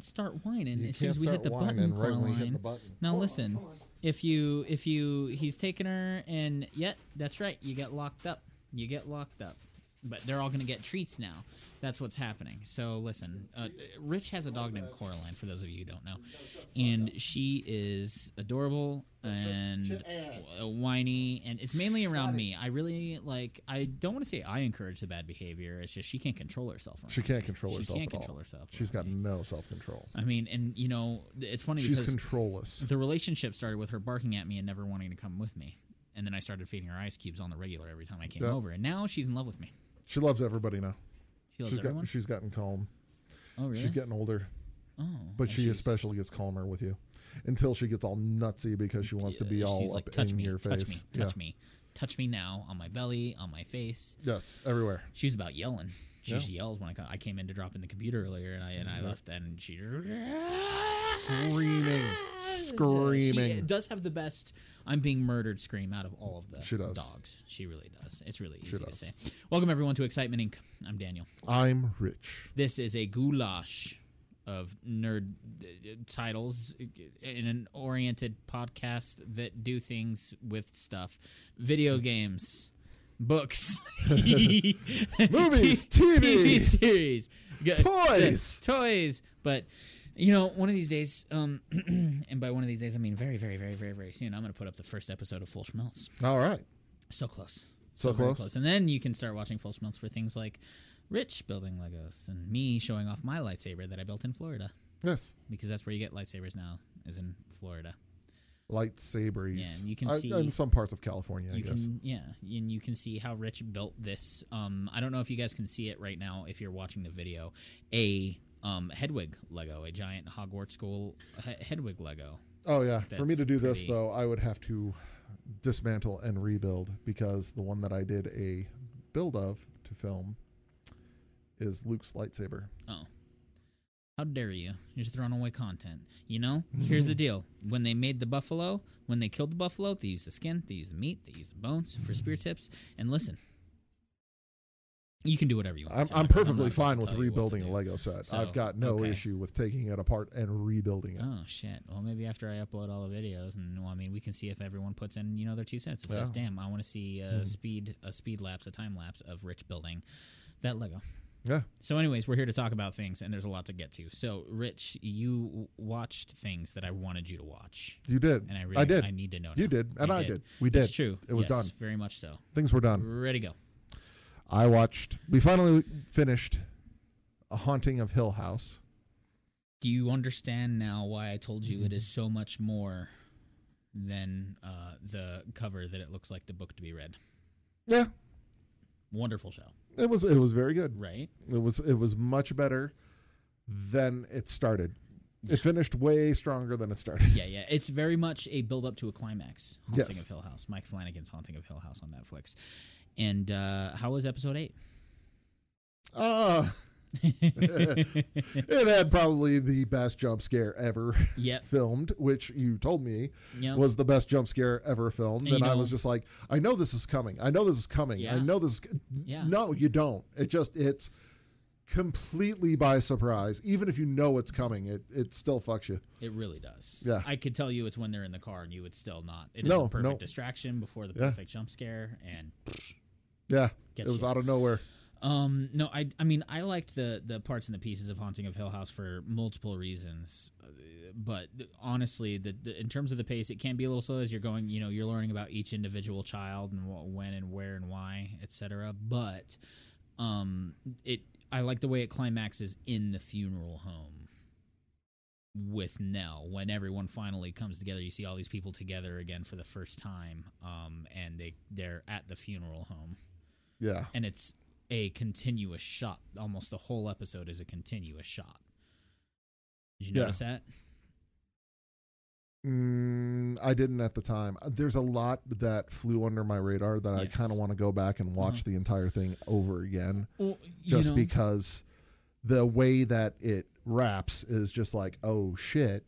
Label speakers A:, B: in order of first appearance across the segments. A: start whining
B: Oh, You
A: as soon
B: can't
A: as we hit
B: start
A: the
B: whining
A: button
B: right
A: for a
B: when you hit
A: line.
B: the button.
A: Now
B: Come on,
A: listen, if you if you he's taking her and yet that's right, you get locked up. You get locked up. But they're all gonna get treats now. That's what's happening. So listen, uh, Rich has a dog named Coraline. For those of you who don't know, and she is adorable and
B: shut ass.
A: uh, whiny, and it's mainly around me. I really like. I don't want to say I encourage the bad behavior. It's just she can't control herself. around
B: She
A: me.
B: can't control
A: She
B: herself.
A: can't
B: at all.
A: control herself
B: She's got
A: around
B: no self control.
A: I mean, and you know, th- it's funny
B: She's
A: because
B: controlless.
A: the relationship started with her barking at me and never wanting to come with me, and then I started feeding her ice cubes on the regular every time I came
B: Yeah.
A: over, and now she's in love with me.
B: She loves everybody now.
A: She loves
B: She's
A: everyone.
B: got, she's gotten calm.
A: oh really?
B: She's getting older,
A: oh,
B: but she
A: she's-
B: especially gets calmer with you until she gets all nutsy because she wants to be
A: she's
B: all
A: like,
B: up
A: touch
B: in
A: me,
B: your
A: touch
B: face.
A: me, touch
B: yeah.
A: me, touch me now on my belly, on my face.
B: Yes, everywhere.
A: She was about yelling. She
B: Yeah.
A: just yells when I come. I came in to drop in the computer earlier, and I and I left, and she
B: Screaming,
A: She
B: screaming.
A: does have the best "I'm being murdered" scream out of all of the
B: She does.
A: dogs. She really does. It's really easy to
B: does.
A: say. Welcome everyone to Excitement Inc. I'm Daniel.
B: I'm rich.
A: This is a goulash of nerd uh, titles in an oriented podcast that do things with stuff, video
B: Hmm.
A: games, books,
B: Movies,
A: TV
B: TV.
A: series, G-
B: Toys.
A: toys. But you know, one of these days, um, and by one of these days, I mean very, very, very, very, very soon. I'm going to put up the first episode of Full Schmelz.
B: All right.
A: So close.
B: So
A: very
B: close?
A: And then you can start watching full schmelz for things like Rich building Legos and me showing off my lightsaber that I built in Florida
B: Yes.
A: because that's where you get lightsabers now is in Florida.
B: Lightsaberies.
A: Yeah, and you can
B: I-
A: see-
B: in some parts of California, I
A: You
B: guess.
A: can yeah, and you can see how Rich built this um I don't know if you guys can see it right now if you're watching the video a um Hedwig Lego, a giant Hogwarts school H- Hedwig Lego.
B: Oh yeah. For me
A: That's
B: to do this
A: pretty-
B: though, I would have to dismantle and rebuild because the one that I did a build of to film is Luke's lightsaber.
A: Oh. How dare you? You're just throwing away content. You know? Here's the deal. When they made the buffalo, when they killed the buffalo, they used the skin, they used the meat, they used the bones for spear tips. And listen, you can do whatever you want.
B: I'm,
A: to,
B: I'm
A: because Oh, not
B: perfectly
A: about to
B: fine with
A: tell you what to
B: rebuilding a
A: do.
B: Lego set.
A: So,
B: I've got no
A: okay.
B: issue with taking it apart and rebuilding it.
A: Oh, shit. Well, maybe after I upload all the videos, and well, I mean, we can see if everyone puts in, you know, their two cents. It says,
B: Yeah. Hmm.
A: damn, I want to see a speed, a speed lapse, a time lapse of Rich building that Lego.
B: Yeah.
A: So, anyways, we're here to talk about things, and there's a lot to get to. So, Rich, you w- watched things that I wanted you to watch,
B: You did.
A: and I really,
B: I did.
A: I need to know.
B: you
A: now.
B: did. And
A: You
B: I did. We did.
A: It's true.
B: It was
A: Yes,
B: done.
A: Very much so.
B: Things were done.
A: Ready to go.
B: I watched. We finally finished A Haunting of Hill House.
A: Do you understand now why I told you it
B: Mm-hmm.
A: is so much more than uh, the cover that it looks like the book to be read?
B: Yeah.
A: Wonderful show,
B: It was it was very good.
A: right?
B: It was it was much better than it started. It finished way stronger than it started.
A: Yeah, yeah. It's very much a build up to a climax. Haunting
B: Yes.
A: of Hill House. Mike Flanagan's Haunting of Hill House on Netflix. And uh, how was episode eight?
B: Uh it had probably the best jump scare ever
A: Yep.
B: filmed, which you told me
A: Yep.
B: was the best jump scare ever filmed.
A: And
B: And,
A: you
B: I
A: know-
B: was just like, I know this is coming. I know this is coming.
A: Yeah.
B: I know this. Is...
A: Yeah.
B: No, you don't. It just it's completely by surprise. Even if you know it's coming, it it still fucks you.
A: It really does.
B: Yeah.
A: I could tell you it's when they're in the car and you would still not. It is
B: No,
A: the perfect
B: no.
A: distraction before the
B: Yeah.
A: perfect jump scare and
B: Yeah,
A: Gets
B: it was
A: you.
B: out of nowhere.
A: um no I I mean I liked the the parts and the pieces of Haunting of Hill House for multiple reasons. uh, But honestly, the, the in terms of the pace, it can be a little slow as you're going. You know, you're learning about each individual child and what, when and where and why, etc. But um, it I like the way it climaxes in the funeral home. with Nell when everyone finally comes together. You see all these people together again for the first time, um, and they they're at the funeral home,
B: Yeah,
A: and it's a continuous shot. Almost the whole episode is a continuous shot. Did you
B: Yeah.
A: notice that?
B: mm, I didn't at the time. There's a lot that flew under my radar that I
A: Yes. Mm-hmm.
B: kind of want to go back and watch the entire thing over again,
A: Well,
B: just because the way that it wraps is just like, oh shit,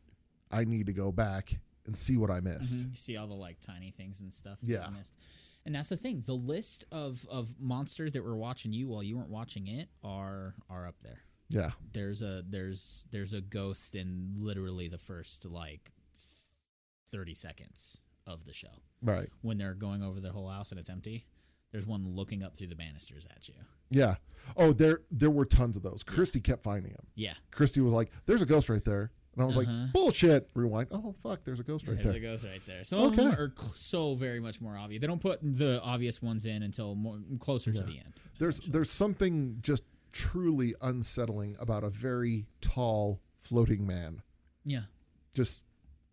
B: I need to go back and see what I missed.
A: You see all the like tiny things and stuff. That
B: Yeah.
A: you missed. And that's the thing. The list of of monsters that were watching you while you weren't watching it are are up there.
B: Yeah.
A: There's a there's there's a ghost in literally the first like 30 seconds of the show
B: Right.
A: when they're going over the whole house and it's empty. There's one looking up through the banisters at you.
B: Yeah. Oh, there there were tons of those. Christy kept finding them.
A: Yeah,
B: Christy was like, "There's a ghost right there," and I was
A: Uh-huh.
B: like, "Bullshit!" Rewind. Oh fuck, there's a ghost right
A: there's
B: there.
A: a ghost right there. Some of them
B: Okay.
A: are cl- so very much more obvious. They don't put the obvious ones in until more closer to
B: Yeah.
A: the end.
B: There's
A: essentially.
B: there's something just truly unsettling about a very tall floating man,
A: yeah,
B: just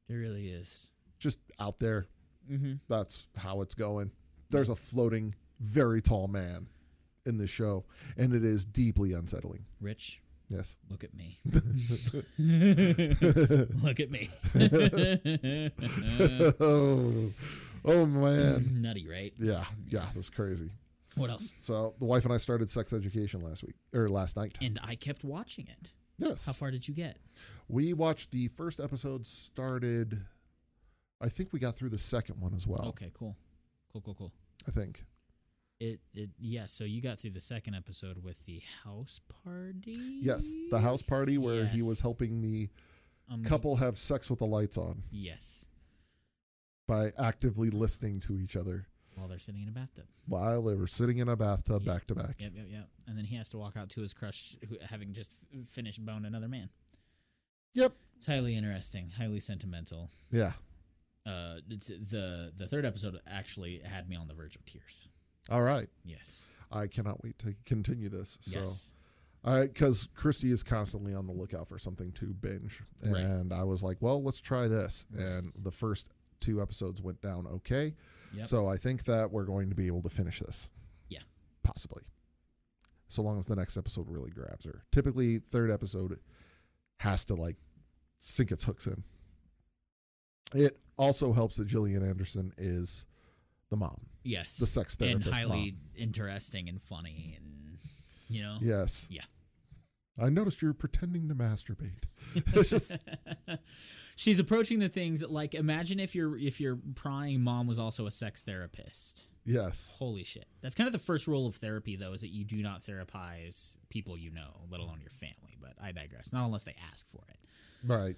A: there really is.
B: just out there.
A: Mm-hmm.
B: That's how it's going. There's a floating, very tall man in the show, and it is deeply unsettling.
A: Rich,
B: Yes.
A: look at me. look at me. Mm.
B: oh, oh man.
A: Nutty, right?
B: Yeah, yeah, that's crazy.
A: What else?
B: So the wife and I started sex education last week or last night.
A: And I kept watching it.
B: Yes.
A: How far did you get?
B: We watched the first episode started. I think we got through the second one as well.
A: Okay, cool, cool, cool, cool.
B: I think.
A: It, it, yeah. So you got through the second episode with the house party.
B: Yes, the house party where he
A: Yes.
B: was helping the
A: Um,
B: couple have sex with the lights on
A: Yes,
B: by actively listening to each other
A: while they're sitting in a bathtub.
B: while they were sitting in a bathtub
A: Yeah.
B: back to back.
A: Yep, yep, yep. And then he has to walk out to his crush, who, having just f- finished boned another man.
B: Yep.
A: It's highly interesting, highly sentimental.
B: Yeah.
A: Uh, it's, the the third episode actually had me on the verge of tears.
B: All right.
A: Yes.
B: I cannot wait to continue this. So,
A: Yes.
B: because Christy is constantly on the lookout for something to binge,
A: Right.
B: and I was like, "Well, let's try this." And the first two episodes went down okay,
A: Yep.
B: so I think that we're going to be able to finish this.
A: Yeah.
B: possibly. So long as the next episode really grabs her. Typically, third episode has to like sink its hooks in. It also helps that Gillian Anderson is the mom,
A: yes.
B: the sex
A: and
B: therapist,
A: highly
B: mom.
A: interesting and funny and you know.
B: Yes.
A: Yeah.
B: I noticed you're pretending to masturbate. it's just
A: She's approaching the things like imagine if your if your prying mom was also a sex therapist.
B: yes.
A: Holy shit. That's kind of the first rule of therapy, though, is that you do not therapize people you know, let alone your family. But I digress. Not unless they ask for it.
B: Right.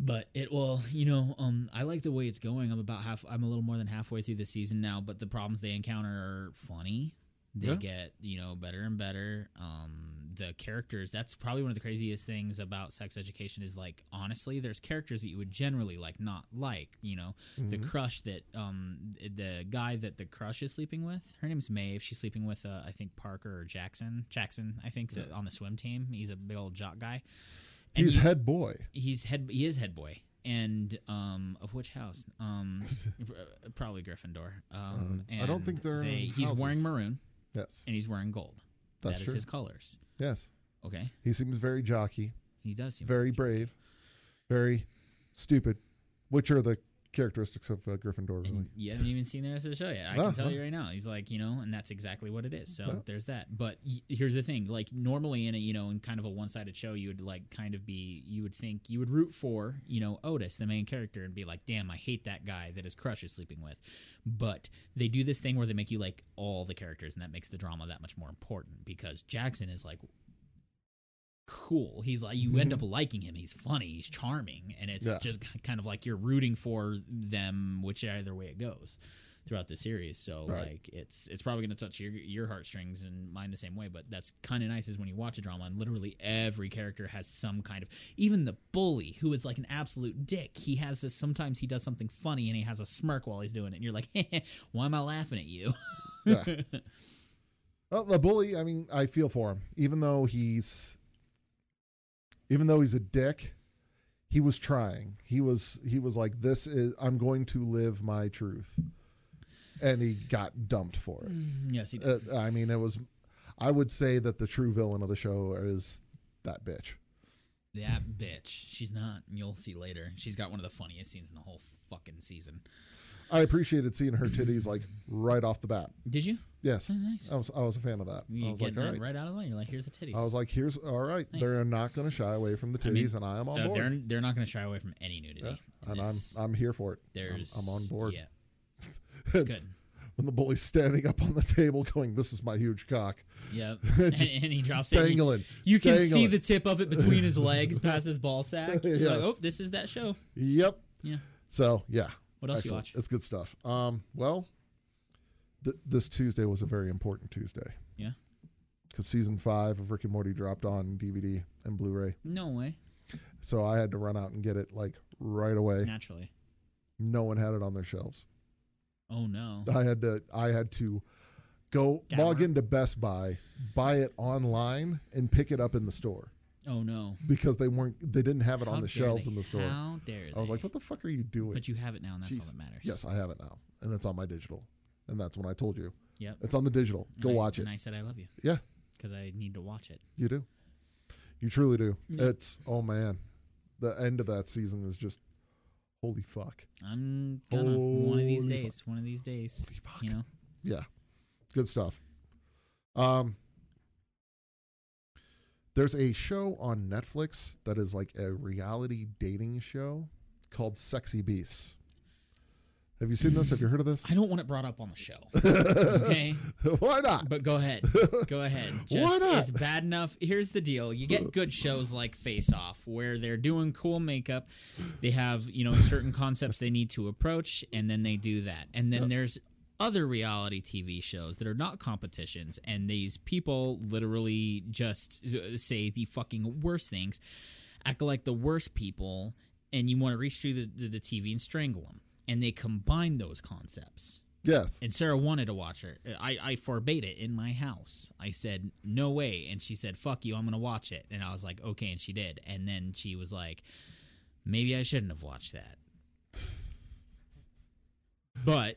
A: But it will, you know, um, I like the way it's going. I'm about half. I'm a little more than halfway through the season now, but the problems they encounter are funny. They
B: Yeah.
A: get, you know, better and better. Um, the characters. That's probably one of the craziest things about sex education is like, honestly, there's characters that you would generally like not like. You know,
B: Mm. Mm-hmm.
A: the crush that um the guy that the crush is sleeping with her name's maeve she's sleeping with uh, i think parker or jackson jackson i think the, on the swim team he's a big old jock guy and
B: He's
A: he-
B: head boy.
A: he's head he is head boy and um of which house um pr- probably gryffindor um
B: Um, I don't
A: and
B: think they're
A: they,
B: in
A: he's wearing
B: houses.
A: maroon
B: Yes.
A: and he's wearing gold
B: That's
A: That is
B: true.
A: his colors
B: Yes.
A: okay
B: He seems very jockey,
A: he does seem
B: very brave, very stupid, which are the characteristics of uh, Gryffindor, really.
A: And you haven't even seen the rest of the show yet. I
B: No,
A: can tell
B: no.
A: you right now. He's like, you know, and that's exactly what it is. So
B: Yeah.
A: there's that. But y- here's the thing: like normally in a you know in kind of a one sided show, you would like kind of be you would think you would root for you know Otis, the main character, and be like, damn, I hate that guy that his crush is sleeping with. But they do this thing where they make you like all the characters, and that makes the drama that much more important because Jackson is like cool. He's like you end up liking him. He's funny. He's charming, and it's
B: Mm-hmm. Yeah.
A: just kind of like you're rooting for them, which either way it goes throughout the series. So
B: Right.
A: like it's it's probably going to touch your your heartstrings and mine the same way. But that's kind of nice is when you watch a drama and literally every character has some kind of even the bully who is like an absolute dick. He has this sometimes he does something funny and he has a smirk while he's doing it, and you're like, why am I laughing at you?
B: Yeah. well, the bully, I mean, I feel for him. Even though he's even though he's a dick, he was trying. He was he was like, This is I'm going to live my truth. And he got dumped for it.
A: yes, he,
B: uh, I mean, it was. I would say that the true villain of the show is that bitch.
A: That bitch. She's not. and You'll see later. She's got one of the funniest scenes in the whole fucking season.
B: I appreciated seeing her titties like right off the bat.
A: Did you?
B: Yes,
A: That's Oh, nice.
B: I was. I was a fan of that.
A: You
B: I was
A: getting
B: like, all
A: that
B: right.
A: right out of the way. You're like, here's the titties.
B: I was like, here's all right.
A: Nice.
B: They're not going to shy away from the
A: I mean,
B: titties, and I am on
A: Uh,
B: board.
A: they're they're not going to shy away from any nudity.
B: Yeah,
A: in
B: And I'm
A: this.
B: I'm here for it. I'm-
A: there's
B: I'm, on board.
A: Yeah, it's good.
B: when the bully's standing up on the table going, This is my huge cock.
A: Yep.
B: Just
A: and, and he drops it. and you-
B: Dangling.
A: You can see
B: dangling.
A: the tip of it between his legs past his ball sack. You're
B: Yes.
A: like, oh, this is that show.
B: Yep.
A: Yeah.
B: So yeah.
A: What else
B: Excellent.
A: you watch?
B: It's good stuff. Um, well, th- this Tuesday was a very important Tuesday.
A: Yeah.
B: Because season five of Rick and Morty dropped on DVD and Blu-ray,
A: No way.
B: so I had to run out and get it like right away.
A: Naturally.
B: No one had it on their shelves.
A: Oh no.
B: I had to. I had to go
A: Download.
B: log into Best Buy, buy it online, and pick it up in the store
A: Oh no.
B: because they weren't. They didn't have it
A: How
B: on the
A: dare
B: shelves
A: they.
B: in the store.
A: How dare
B: I was
A: they.
B: like, "What the fuck are you doing?"
A: But you have it now, and that's
B: Jeez.
A: all that matters.
B: yes, I have it now, and it's on my digital, and that's when I told you
A: Yep.
B: it's on the digital. Go
A: And I-
B: watch it.
A: And I said I love you.
B: Yeah.
A: Because I need to watch it.
B: You do. You truly do.
A: Yeah.
B: It's oh man, the end of that season is just holy fuck.
A: I'm gonna one of these
B: Holy fuck.
A: days. One of these days.
B: Holy fuck.
A: You know.
B: Yeah, good stuff. Um, there's a show on Netflix that is like a reality dating show called Sexy Beasts. Have you seen this? Have you heard of this?
A: I don't want it brought up on the show. okay.
B: Why not?
A: But go ahead. Go ahead. Just,
B: Why not?
A: It's bad enough. Here's the deal. You get good shows like Face Off where they're doing cool makeup. They have, you know, certain concepts they need to approach and then they do that. And then
B: Yes.
A: there's other reality TV shows that are not competitions and these people literally just uh, say the fucking worst things, act like the worst people and you want to reach through the, the, the TV and strangle them. And they combine those concepts.
B: Yes.
A: And Sarah wanted to watch her. Uh, I, I forbade it in my house. I said, no way. And she said, fuck you, I'm going to watch it. And I was like, okay. And she did. And then she was like, maybe I shouldn't have watched that. But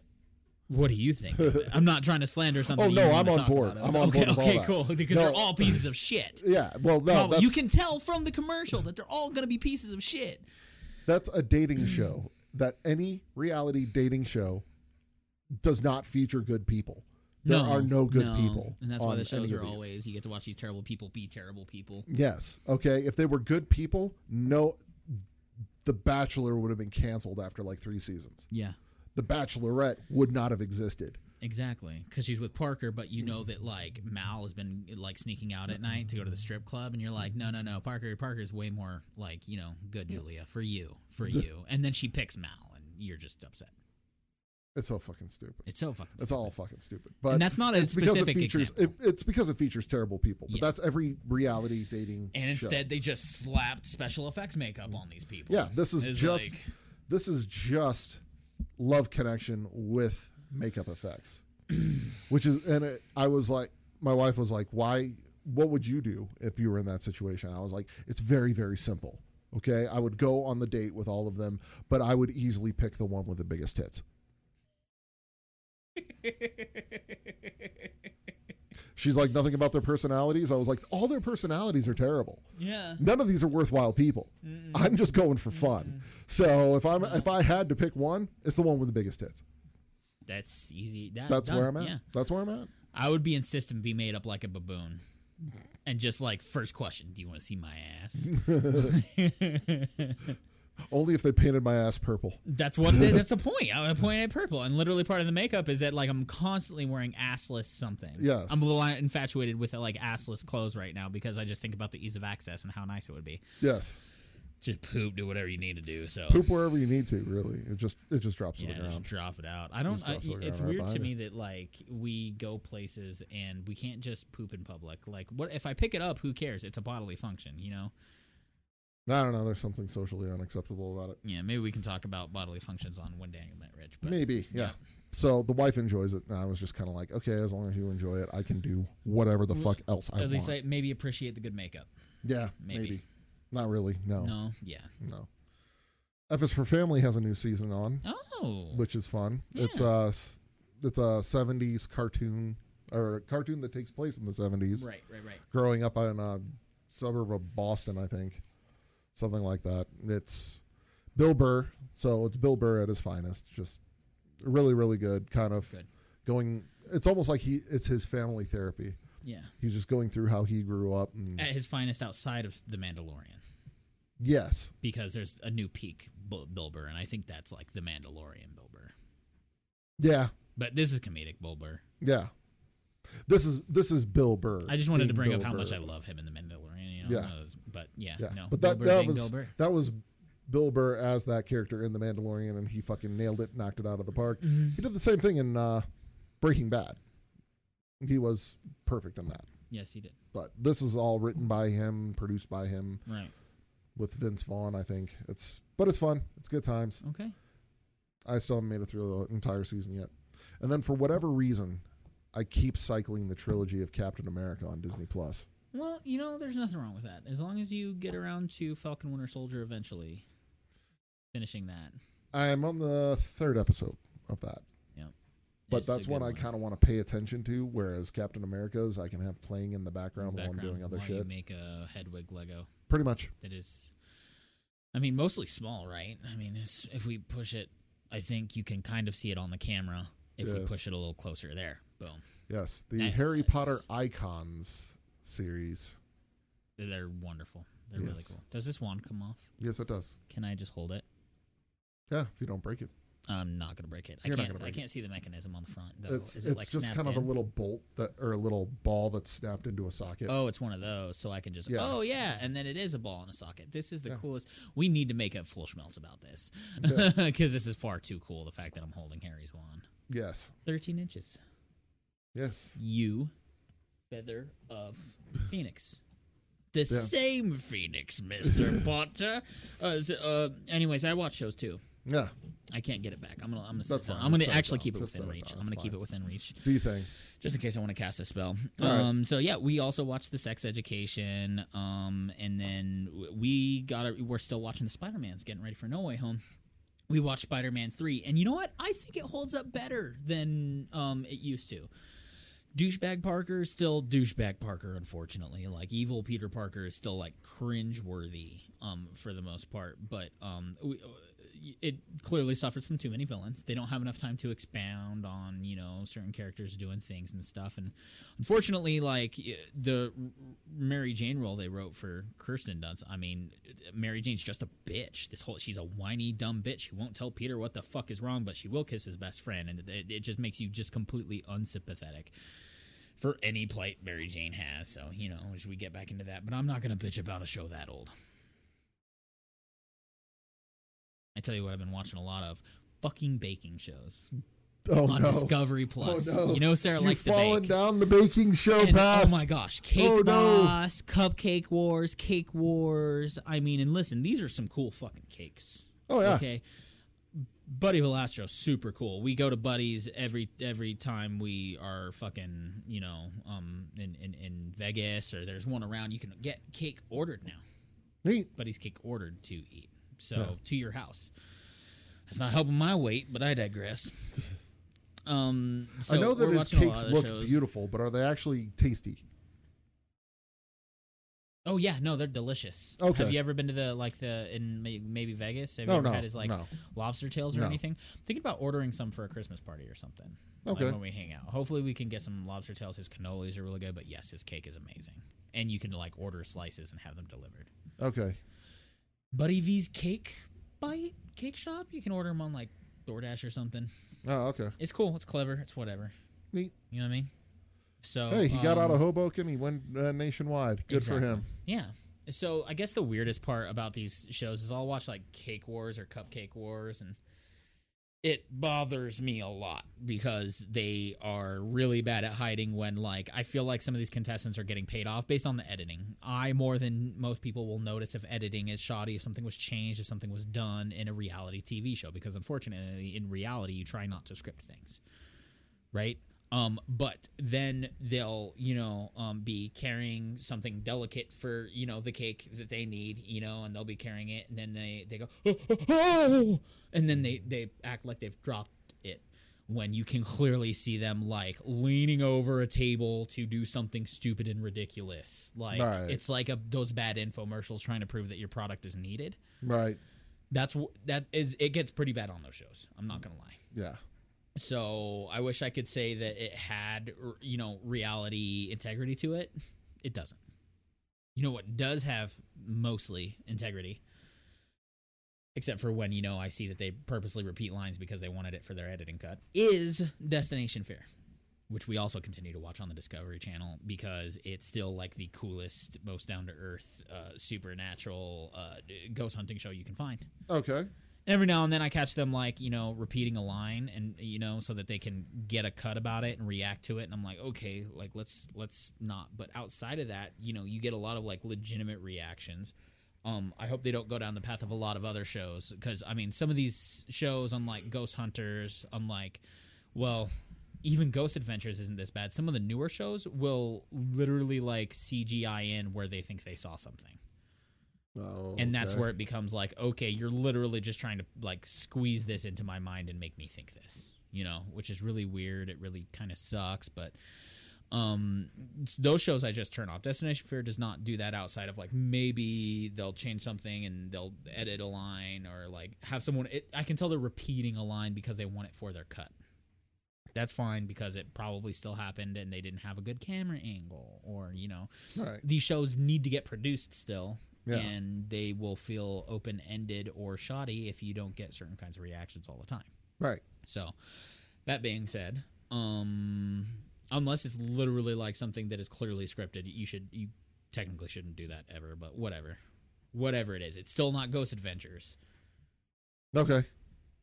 A: what do you think? of it? I'm not trying to slander something.
B: Oh,
A: you
B: no,
A: wanna
B: I'm on
A: talk about.
B: board.
A: I was
B: I'm on
A: like, okay,
B: board with all
A: Okay,
B: that.
A: cool. Because
B: No.
A: they're all pieces of shit.
B: Yeah. Well, no.
A: Probably-
B: That's,
A: you can tell from the commercial that they're all going to be pieces of shit.
B: That's a dating show that any reality dating show does not feature good people. There
A: no,
B: are no good
A: no.
B: people.
A: And that's why
B: on
A: the
B: any
A: shows
B: of
A: are
B: these.
A: always you get to watch these terrible people be terrible people.
B: Yes. Okay. If they were good people, no The Bachelor would have been canceled after like three seasons.
A: Yeah.
B: The Bachelorette would not have existed.
A: Exactly, because she's with Parker, but you
B: Mm-hmm.
A: know that like Mal has been like sneaking out at night to go to the strip club, and you're
B: Mm-hmm.
A: like, no, no, no, Parker, Parker's way more like you know good, Julia, for you, for you, and then she picks Mal, and you're just upset.
B: It's so fucking stupid.
A: It's so fucking.
B: It's all fucking stupid. But
A: and that's not a
B: it's because it
A: specific
B: features.
A: example.
B: It, it's because it features terrible people. But
A: Yeah.
B: that's every reality dating.
A: and
B: show.
A: instead, they just slapped special effects makeup on these people.
B: Yeah, this is
A: It's
B: just
A: like-
B: this is just love connection with makeup effects, which is and it, I was like, my wife was like, why? What would you do if you were in that situation? I was like, it's very very simple. Okay, I would go on the date with all of them, but I would easily pick the one with the biggest tits. She's like, nothing about their personalities. I was like, all their personalities are terrible.
A: yeah.
B: None of these are worthwhile people. I'm just going for fun. So if I'm if I had to pick one, it's the one with the biggest tits.
A: That's easy. That-
B: That's
A: done.
B: where I'm at.
A: Yeah.
B: That's where I'm at.
A: I would be insistent be made up like a baboon. And just like first question, do you want to see my ass?
B: Only if they painted my ass purple.
A: That's what. That's the point. I would point at purple, and literally part of the makeup is that like I'm constantly wearing assless something.
B: Yes.
A: I'm a little infatuated with like assless clothes right now because I just think about the ease of access and how nice it would be.
B: Yes.
A: Just poop, do whatever you need to do. So
B: Poop wherever you need to, really. It just it just drops to
A: yeah,
B: the
A: just
B: ground.
A: drop it out. I don't.
B: Just
A: I,
B: drops to the
A: it's
B: ground right
A: weird to
B: behind
A: me that like we go places and we can't just poop in public. Like what if I pick it up? Who cares? It's a bodily function, you know.
B: I don't know, there's something socially unacceptable about it.
A: Yeah, maybe we can talk about bodily functions on when Daniel met Rich. But
B: Maybe, yeah. So the wife enjoys it, and I was just kind of like, okay, as long as you enjoy it, I can do whatever the fuck else I
A: at
B: want.
A: least I maybe appreciate the good makeup.
B: yeah, maybe.
A: maybe.
B: Not really. No, no.
A: No, yeah.
B: F is for Family has a new season on.
A: Oh,
B: which is fun. It's a s- it's a seventies cartoon or a cartoon that takes place in the seventies.
A: right, right, right.
B: Growing up in a suburb of Boston, I think, something like that. It's Bill Burr, so it's Bill Burr at his finest. Just really, really good. Kind of
A: Good.
B: going. It's almost like he it's his family therapy.
A: Yeah.
B: He's just going through how he grew up. And,
A: At his finest outside of The Mandalorian,
B: yes,
A: because there's a new peak Bu- Bill Burr, and I think that's like The Mandalorian Bill Burr.
B: yeah,
A: But this is comedic, Bill Burr.
B: Yeah. This is this is Bill Burr.
A: I just wanted to bring
B: being Bill
A: up how much
B: Burr.
A: I love him in The Mandalorian. You know,
B: Yeah.
A: yeah. but yeah,
B: Yeah.
A: no.
B: but
A: Bill
B: that,
A: Burr
B: that
A: being
B: was
A: Bill Burr.
B: that was Bill Burr as that character in The Mandalorian, and he fucking nailed it, knocked it out of the park. He did the same thing in uh, Breaking Bad. He was perfect in that.
A: Yes, he did.
B: But this is all written by him, produced by him,
A: Right.
B: with Vince Vaughn. I think it's, but it's fun. It's good times.
A: Okay.
B: I still haven't made it through the entire season yet. And then for whatever reason, I keep cycling the trilogy of Captain America on Disney Plus.
A: Well, you know, there's nothing wrong with that. As long as you get around to Falcon Winter Soldier eventually finishing that.
B: I'm on the third episode of that. But
A: It's a
B: that's
A: good
B: one I kind of want to pay attention to. Whereas Captain America's, I can have playing in the background, while I'm
A: Background
B: doing other
A: while you
B: shit.
A: make a Hedwig Lego
B: Pretty much.
A: that is, I mean, mostly small, right? I mean, it's, if we push it, I think you can kind of see it on the camera if we
B: Yes.
A: push it a little closer. There, boom.
B: Yes, the
A: Nice.
B: Harry Potter Icons series.
A: They're wonderful. They're really
B: Yes.
A: cool. Does this wand come off?
B: Yes, it does.
A: Can I just hold it?
B: Yeah, if you don't break it,
A: I'm not gonna break it.
B: You're
A: I
B: not
A: can't.
B: gonna
A: I
B: break
A: can't see the mechanism on the front. Though.
B: it's
A: is it
B: it's
A: like
B: just
A: snapped
B: kind of
A: in?
B: a little bolt that or a little ball that's snapped into a socket.
A: Oh, it's one of those, so I can just
B: Yeah.
A: oh yeah, and then it is a ball in a socket. This is the
B: Yeah.
A: coolest. We need to make a full schmelz about this
B: Yeah.
A: because this is far too cool. The fact that I'm holding Harry's wand,
B: Yes,
A: thirteen inches.
B: yes.
A: You, feather of phoenix, the
B: Yeah.
A: same phoenix, Mister Potter. Uh, s- uh, anyways, I watch shows too.
B: Yeah,
A: I can't get it back. I'm gonna. I'm gonna.
B: That's
A: That's fine.
B: fine.
A: I'm
B: Just
A: gonna
B: set it
A: actually
B: down.
A: keep it
B: Just set
A: within
B: it
A: reach.
B: down.
A: I'm gonna
B: It's
A: keep
B: fine.
A: it within reach
B: do you think?
A: just in case I want to cast a spell.
B: All right.
A: Um, so yeah, we also watched the sex education, um, and then w- we got a, we're still watching the Spider Man's getting ready for No Way Home. We watched Spider Man three, and you know what? I think it holds up better than um, it used to. Douchebag Parker is still douchebag Parker, unfortunately. Like evil Peter Parker is still like cringeworthy, um, for the most part. But um, we, it clearly suffers from too many villains. They don't have enough time to expound on you know certain characters doing things and stuff. And unfortunately, like y- the Mary Jane role they wrote for Kirsten Dunst. I mean, Mary Jane's just a bitch. This whole she's a whiny dumb bitch who won't tell Peter what the fuck is wrong, but she will kiss his best friend, and it, it just makes you just completely unsympathetic for any plight Mary Jane has. So you know, as we get back into that, but I'm not gonna bitch about a show that old. I tell you what, I've been watching a lot of fucking baking shows
B: Oh
A: on
B: no! Oh,
A: Discovery Plus.
B: no.
A: You know, Sarah
B: You've
A: likes to
B: fallen
A: bake.
B: down the baking show
A: And,
B: path.
A: oh my gosh, Cake
B: Oh, no.
A: Boss, Cupcake Wars, Cake Wars. I mean, and listen, these are some cool fucking cakes.
B: oh yeah.
A: Okay. Buddy Velastro, super cool. We go to Buddy's every every time we are fucking, you know, um, in, in, in Vegas or there's one around. You can get cake ordered now.
B: Neat.
A: Buddy's cake ordered to eat. So
B: Yeah.
A: to your house. That's not helping my weight, but I digress. Um, so
B: I know that
A: we're
B: his
A: watching a lot
B: cakes
A: of
B: look
A: shows.
B: beautiful, but are they actually tasty?
A: Oh yeah, no, they're delicious.
B: Okay.
A: Have you ever been to the like the in may- maybe Vegas? Have you
B: Oh
A: ever
B: no,
A: had his like
B: no.
A: lobster tails or
B: No.
A: anything? I'm thinking about ordering some for a Christmas party or something.
B: Okay.
A: Like when we hang out. Hopefully we can get some lobster tails. His cannolis are really good, but yes, his cake is amazing. And you can like order slices and have them delivered.
B: Okay.
A: Buddy V's cake bite cake shop, you can order them on like DoorDash or something.
B: Oh, okay.
A: It's cool, it's clever, it's whatever.
B: Neat.
A: You know what I mean? So
B: Hey, he got
A: um,
B: out of Hoboken. He went uh, nationwide. Good for
A: Exactly.
B: him.
A: Yeah. So I guess the weirdest part about these shows is I'll watch like Cake Wars or Cupcake Wars and it bothers me a lot because they are really bad at hiding when like I feel like some of these contestants are getting paid off based on the editing. I more than most people will notice if editing is shoddy, if something was changed, if something was done in a reality TV show because unfortunately in reality you try not to script things right? Um, but then they'll, you know, um, be carrying something delicate for, you know, the cake that they need, you know, and they'll be carrying it, and then they they go, oh, oh, oh," and then they they act like they've dropped it when you can clearly see them like leaning over a table to do something stupid and ridiculous. Like
B: Right.
A: it's like a, those bad infomercials trying to prove that your product is needed.
B: Right.
A: That's wh- that is it gets pretty bad on those shows. I'm not gonna lie.
B: Yeah.
A: So I wish I could say that it had, r- you know, reality integrity to it. It doesn't. You know what does have mostly integrity except for when you know I see that they purposely repeat lines because they wanted it for their editing cut, is Destination Fair, which we also continue to watch on the Discovery Channel because it's still like the coolest, most down to earth, uh, supernatural uh, ghost hunting show you can find.
B: Okay.
A: And every now and then I catch them like you know repeating a line and you know so that they can get a cut about it and react to it and I'm like okay like let's let's not but outside of that you know you get a lot of like legitimate reactions um, I hope they don't go down the path of a lot of other shows because I mean some of these shows, unlike Ghost Hunters, unlike well, even Ghost Adventures isn't this bad. Some of the newer shows will literally like CGI in where they think they saw something,
B: Oh,
A: and that's
B: okay.
A: where it becomes like, okay, you're literally just trying to like squeeze this into my mind and make me think this, you know, which is really weird. It really kind of sucks, but um those shows i just turn off destination fear does not do that outside of like maybe they'll change something and they'll edit a line or like have someone it, i can tell they're repeating a line because they want it for their cut that's fine because it probably still happened and they didn't have a good camera angle or you know
B: Right.
A: these shows need to get produced still
B: Yeah.
A: and they will feel open-ended or shoddy if you don't get certain kinds of reactions all the time
B: Right.
A: so, that being said, um, unless it's literally like something that is clearly scripted, you should you technically shouldn't do that ever. But whatever, whatever it is, it's still not Ghost Adventures,
B: Okay.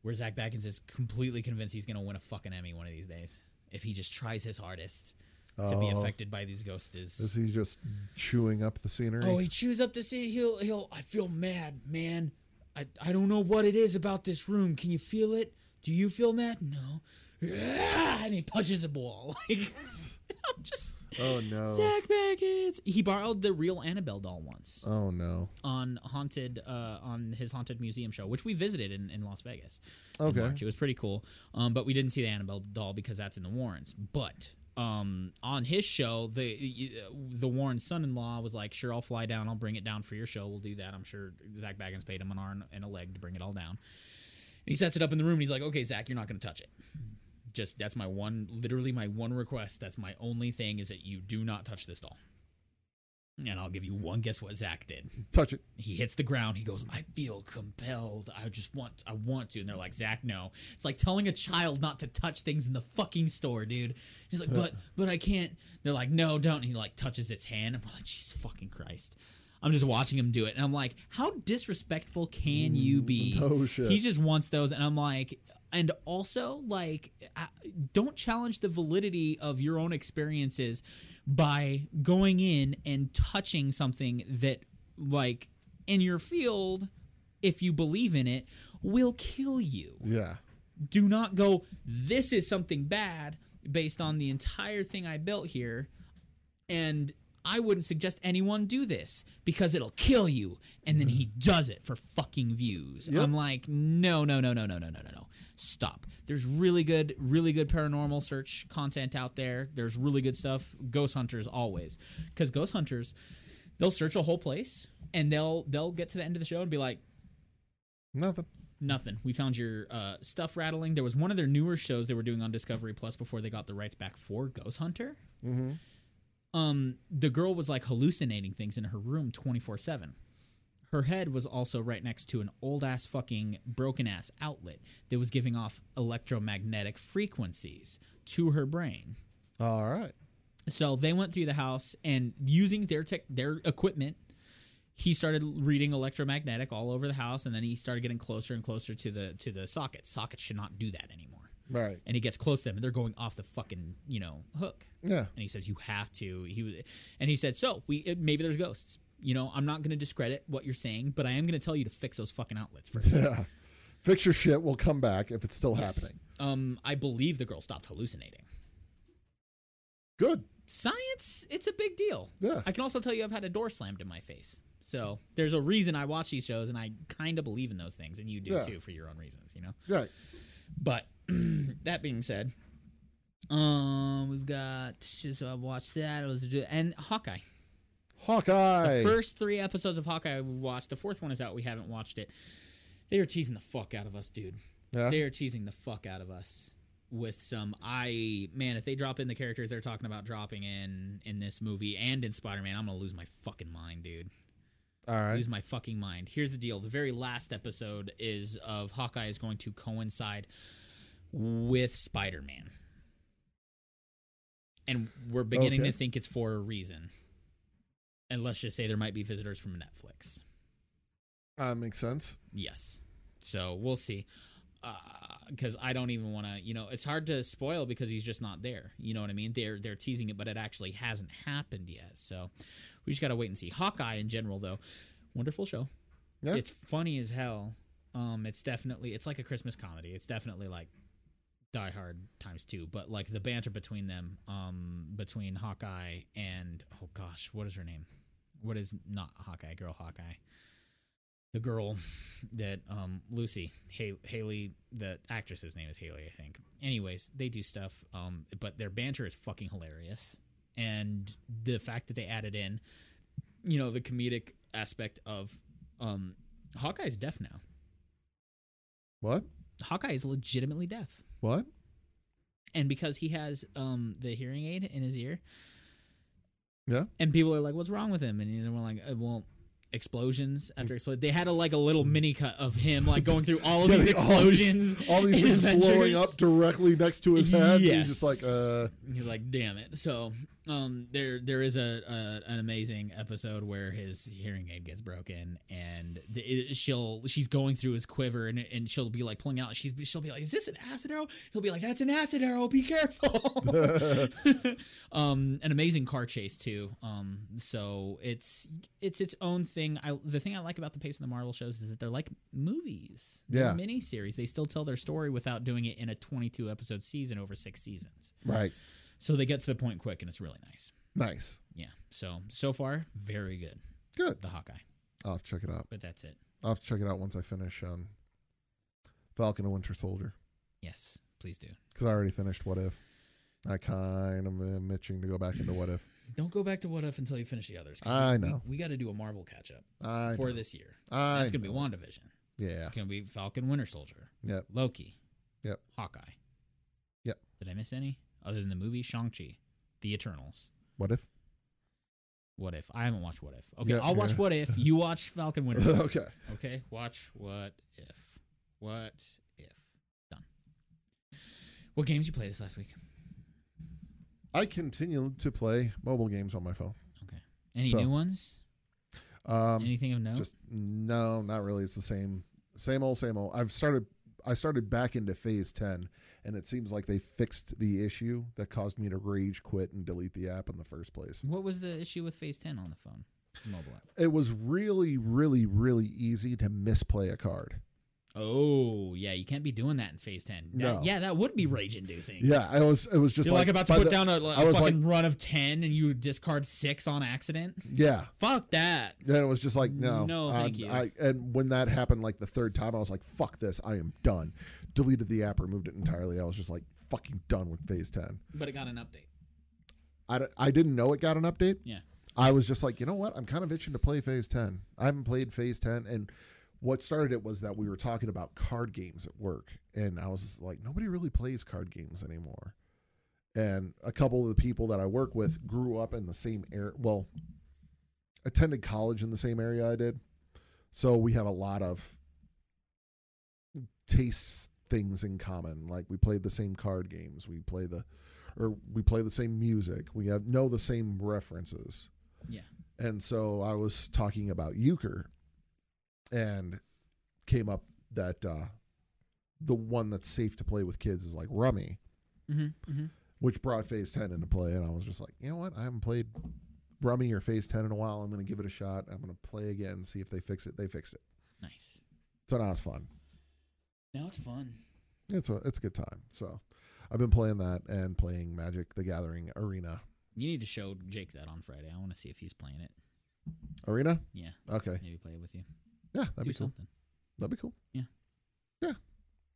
A: where Zach Baggins is completely convinced he's gonna win a fucking Emmy one of these days if he just tries his hardest to be
B: Oh,
A: affected by these ghosts.
B: Is he just chewing up the scenery?
A: Oh, he chews up the city. He'll he'll. I feel mad, man. I I don't know what it is about this room. Can you feel it? Do you feel mad? No. Ah, and he punches a wall. Like I'm just
B: oh no.
A: Zach Baggins. He borrowed the real Annabelle doll once
B: Oh no.
A: on haunted uh, on his haunted museum show, which we visited in, in Las Vegas. in
B: Okay.
A: March. it was pretty cool. Um, but we didn't see the Annabelle doll because that's in the Warrens. But um, on his show, the the Warren's son-in-law was like, "Sure, I'll fly down. I'll bring it down for your show. We'll do that. I'm sure Zach Baggins paid him an arm and a leg to bring it all down." And he sets it up in the room and he's like, "Okay, Zach, you're not going to touch it." Just that's my one, literally my one request. That's my only thing is that you do not touch this doll. And I'll give you one guess what Zach did
B: Touch it.
A: he hits the ground he goes i feel compelled i just want i want to and they're like zach no it's like telling a child not to touch things in the fucking store dude he's like but but i can't they're like no don't and he like touches its hand and we're like jesus fucking christ i'm just watching him do it and i'm like how disrespectful can you be
B: No shit.
A: he just wants those and i'm like and also like I- don't challenge the validity of your own experiences by going in and touching something that like in your field if you believe in it will kill you
B: Yeah.
A: do not go this is something bad based on the entire thing i built here and i wouldn't suggest anyone do this because it'll kill you and then he does it for fucking views i'm like no no no no no no no no no stop there's really good really good paranormal search content out there there's really good stuff ghost hunters always because ghost hunters they'll search a whole place and they'll they'll get to the end of the show and be like
B: Nothing.
A: Nothing. We found your uh, stuff rattling. There was one of their newer shows they were doing on Discovery Plus before they got the rights back for Ghost Hunter.
B: Mm-hmm.
A: Um, the girl was like hallucinating things in her room twenty four seven. Her head was also right next to an old ass fucking broken ass outlet that was giving off electromagnetic frequencies to her brain.
B: All right.
A: So they went through the house and using their tech, their equipment, he started reading electromagnetic all over the house, and then he started getting closer and closer to the to the sockets. Sockets should not do that anymore.
B: Right.
A: And he gets close to them, and they're going off the fucking you know hook.
B: Yeah.
A: And he says, "You have to." He was, and he said, "So we it, maybe there's ghosts." You know, I'm not going to discredit what you're saying, but I am going to tell you to fix those fucking outlets first.
B: Yeah. Fix your shit. We'll come back if it's still
A: Yes.
B: happening.
A: Um, I believe the girl stopped hallucinating.
B: Good.
A: science it's a big deal
B: Yeah.
A: i can also tell you i've had a door slammed in my face so there's a reason i watch these shows and i kind of believe in those things and you do
B: Yeah.
A: too for your own reasons you know
B: Right.
A: but that being said um we've got so i watched that it was and hawkeye
B: Hawkeye.
A: the first three episodes of hawkeye we watched the fourth one is out we haven't watched it they were teasing the fuck out of us dude
B: yeah.
A: they are teasing the fuck out of us with some I man, if they drop in the characters they're talking about dropping in in this movie and in Spider Man, I'm gonna lose my fucking mind, dude.
B: All right.
A: Use my fucking mind. Here's the deal: the very last episode is of Hawkeye is going to coincide with Spider Man, and we're beginning
B: Okay.
A: to think it's for a reason. And let's just say there might be visitors from Netflix.
B: Uh, makes sense.
A: Yes. So we'll see. Because I don't even want to, you know, it's hard to spoil because he's just not there. You know what I mean? They're they're teasing it, but it actually hasn't happened yet. So we just gotta wait and see. Hawkeye in general, though, wonderful show.
B: Yeah.
A: It's funny as hell. Um, it's definitely it's like a Christmas comedy. It's definitely like Die Hard times two, but like the banter between them, um, between Hawkeye and oh gosh, what is her name? What is not Hawkeye? Girl Hawkeye the girl that um Lucy Hay- Haley the actress's name is Haley I think. Anyways, they do stuff um but their banter is fucking hilarious and the fact that they added in you know the comedic aspect of um Hawkeye is deaf now.
B: What?
A: Hawkeye is legitimately deaf.
B: What?
A: And because he has um the hearing aid in his ear,
B: Yeah.
A: and people are like, "What's wrong with him?" And they were like, uh, "Well, explosions after explosion." They had a, like a little mini cut of him like going through all of
B: Yeah,
A: these
B: like, all these-
A: explosions,
B: All these
A: in
B: things blowing
A: Avengers.
B: up directly next to his head. He's just
A: Yes.
B: like, uh,
A: He's like, "Damn it!" So, um, there there is a, a an amazing episode where his hearing aid gets broken, and the, it, she'll she's going through his quiver, and and she'll be like pulling out. She's she'll be like, "Is this an acid arrow?" He'll be like, "That's an acid arrow. Be careful." um, an amazing car chase too. Um, so it's it's its own thing. I the thing I like about the pace of the Marvel shows is that they're like movies.
B: Yeah.
A: mini series. They still tell their story without doing it in a 22 episode season over six seasons.
B: right.
A: So they get to the point quick, and it's really nice.
B: Nice.
A: Yeah. So so far, very good.
B: Good.
A: The Hawkeye,
B: I'll have to check it out.
A: but that's it.
B: I'll have to check it out once I finish um, Falcon and Winter Soldier
A: Yes, please do.
B: because I already finished What If. I kind of am itching to go back into What If.
A: Don't go back to what if until you finish the others. 'cause
B: I
A: we-
B: know.
A: We, got to do a Marvel catch up
B: I
A: for
B: know.
A: this year.
B: I
A: That's gonna be WandaVision.
B: yeah.
A: It's gonna be Falcon, Winter Soldier,
B: Yep.
A: Loki,
B: Yep.
A: Hawkeye,
B: Yep.
A: Did I miss any other than the movie Shang Chi, The Eternals?
B: What if?
A: What if I haven't watched What If? Okay,
B: Yeah,
A: I'll watch
B: yeah.
A: What If. You watch Falcon Winter. Soldier.
B: okay.
A: Okay, watch What If. What If. Done. What games you play this last week?
B: I continue to play mobile games on my phone.
A: Okay. Any
B: So,
A: new ones?
B: Um,
A: Anything of note?
B: just no, not really. It's the same, same old, same old. I've started. I started back into phase ten, and it seems like they fixed the issue that caused me to rage quit and delete the app in the first place.
A: what was the issue with Phase 10 on the phone? Mobile app.
B: It was really, really, really easy to misplay a card.
A: Oh, yeah. You can't be doing that in Phase 10. That-
B: No.
A: Yeah, that would be rage inducing.
B: Yeah, I was. It was just
A: You're like, about to
B: by
A: put
B: the-
A: down a, like,
B: I
A: a
B: was
A: fucking run of 10 and you discard six on accident.
B: Yeah.
A: Fuck that.
B: Then it was just like no,
A: No, thank
B: um,
A: you.
B: I, and when that happened, like the third time, I was like, "Fuck this! I am done." Deleted the app, removed it entirely. I was just like, "Fucking done with phase ten."
A: But it got an update.
B: I, d- I didn't know it got an update.
A: Yeah.
B: I was just like, you know what? I'm kind of itching to play Phase 10. I haven't played Phase 10. And what started it was that we were talking about card games at work. And I was just like, nobody really plays card games anymore. And a couple of the people that I work with grew up in the same area. Well, attended college in the same area I did. So we have a lot of tastes things in common. Like we play the same card games. We play the or we play the same music. We have know the same references.
A: Yeah.
B: And so I was talking about euchre and came up that uh, the one that's safe to play with kids is like rummy,
A: Mm-hmm. mm-hmm.
B: which brought phase 10 into play. And I was just like, you know what? I haven't played rummy or phase 10 in a while. I'm going to give it a shot. I'm going to play again, see if they fix it. They fixed it.
A: Nice.
B: So now it's fun.
A: Now it's fun.
B: It's a, it's a good time. So I've been playing that and playing Magic the Gathering Arena.
A: You need to show Jake that on Friday. I want to see if he's playing it.
B: Arena?
A: Yeah.
B: Okay.
A: Maybe play it with you.
B: Yeah, that'd
A: Do
B: be cool.
A: something.
B: That'd be cool.
A: Yeah.
B: Yeah.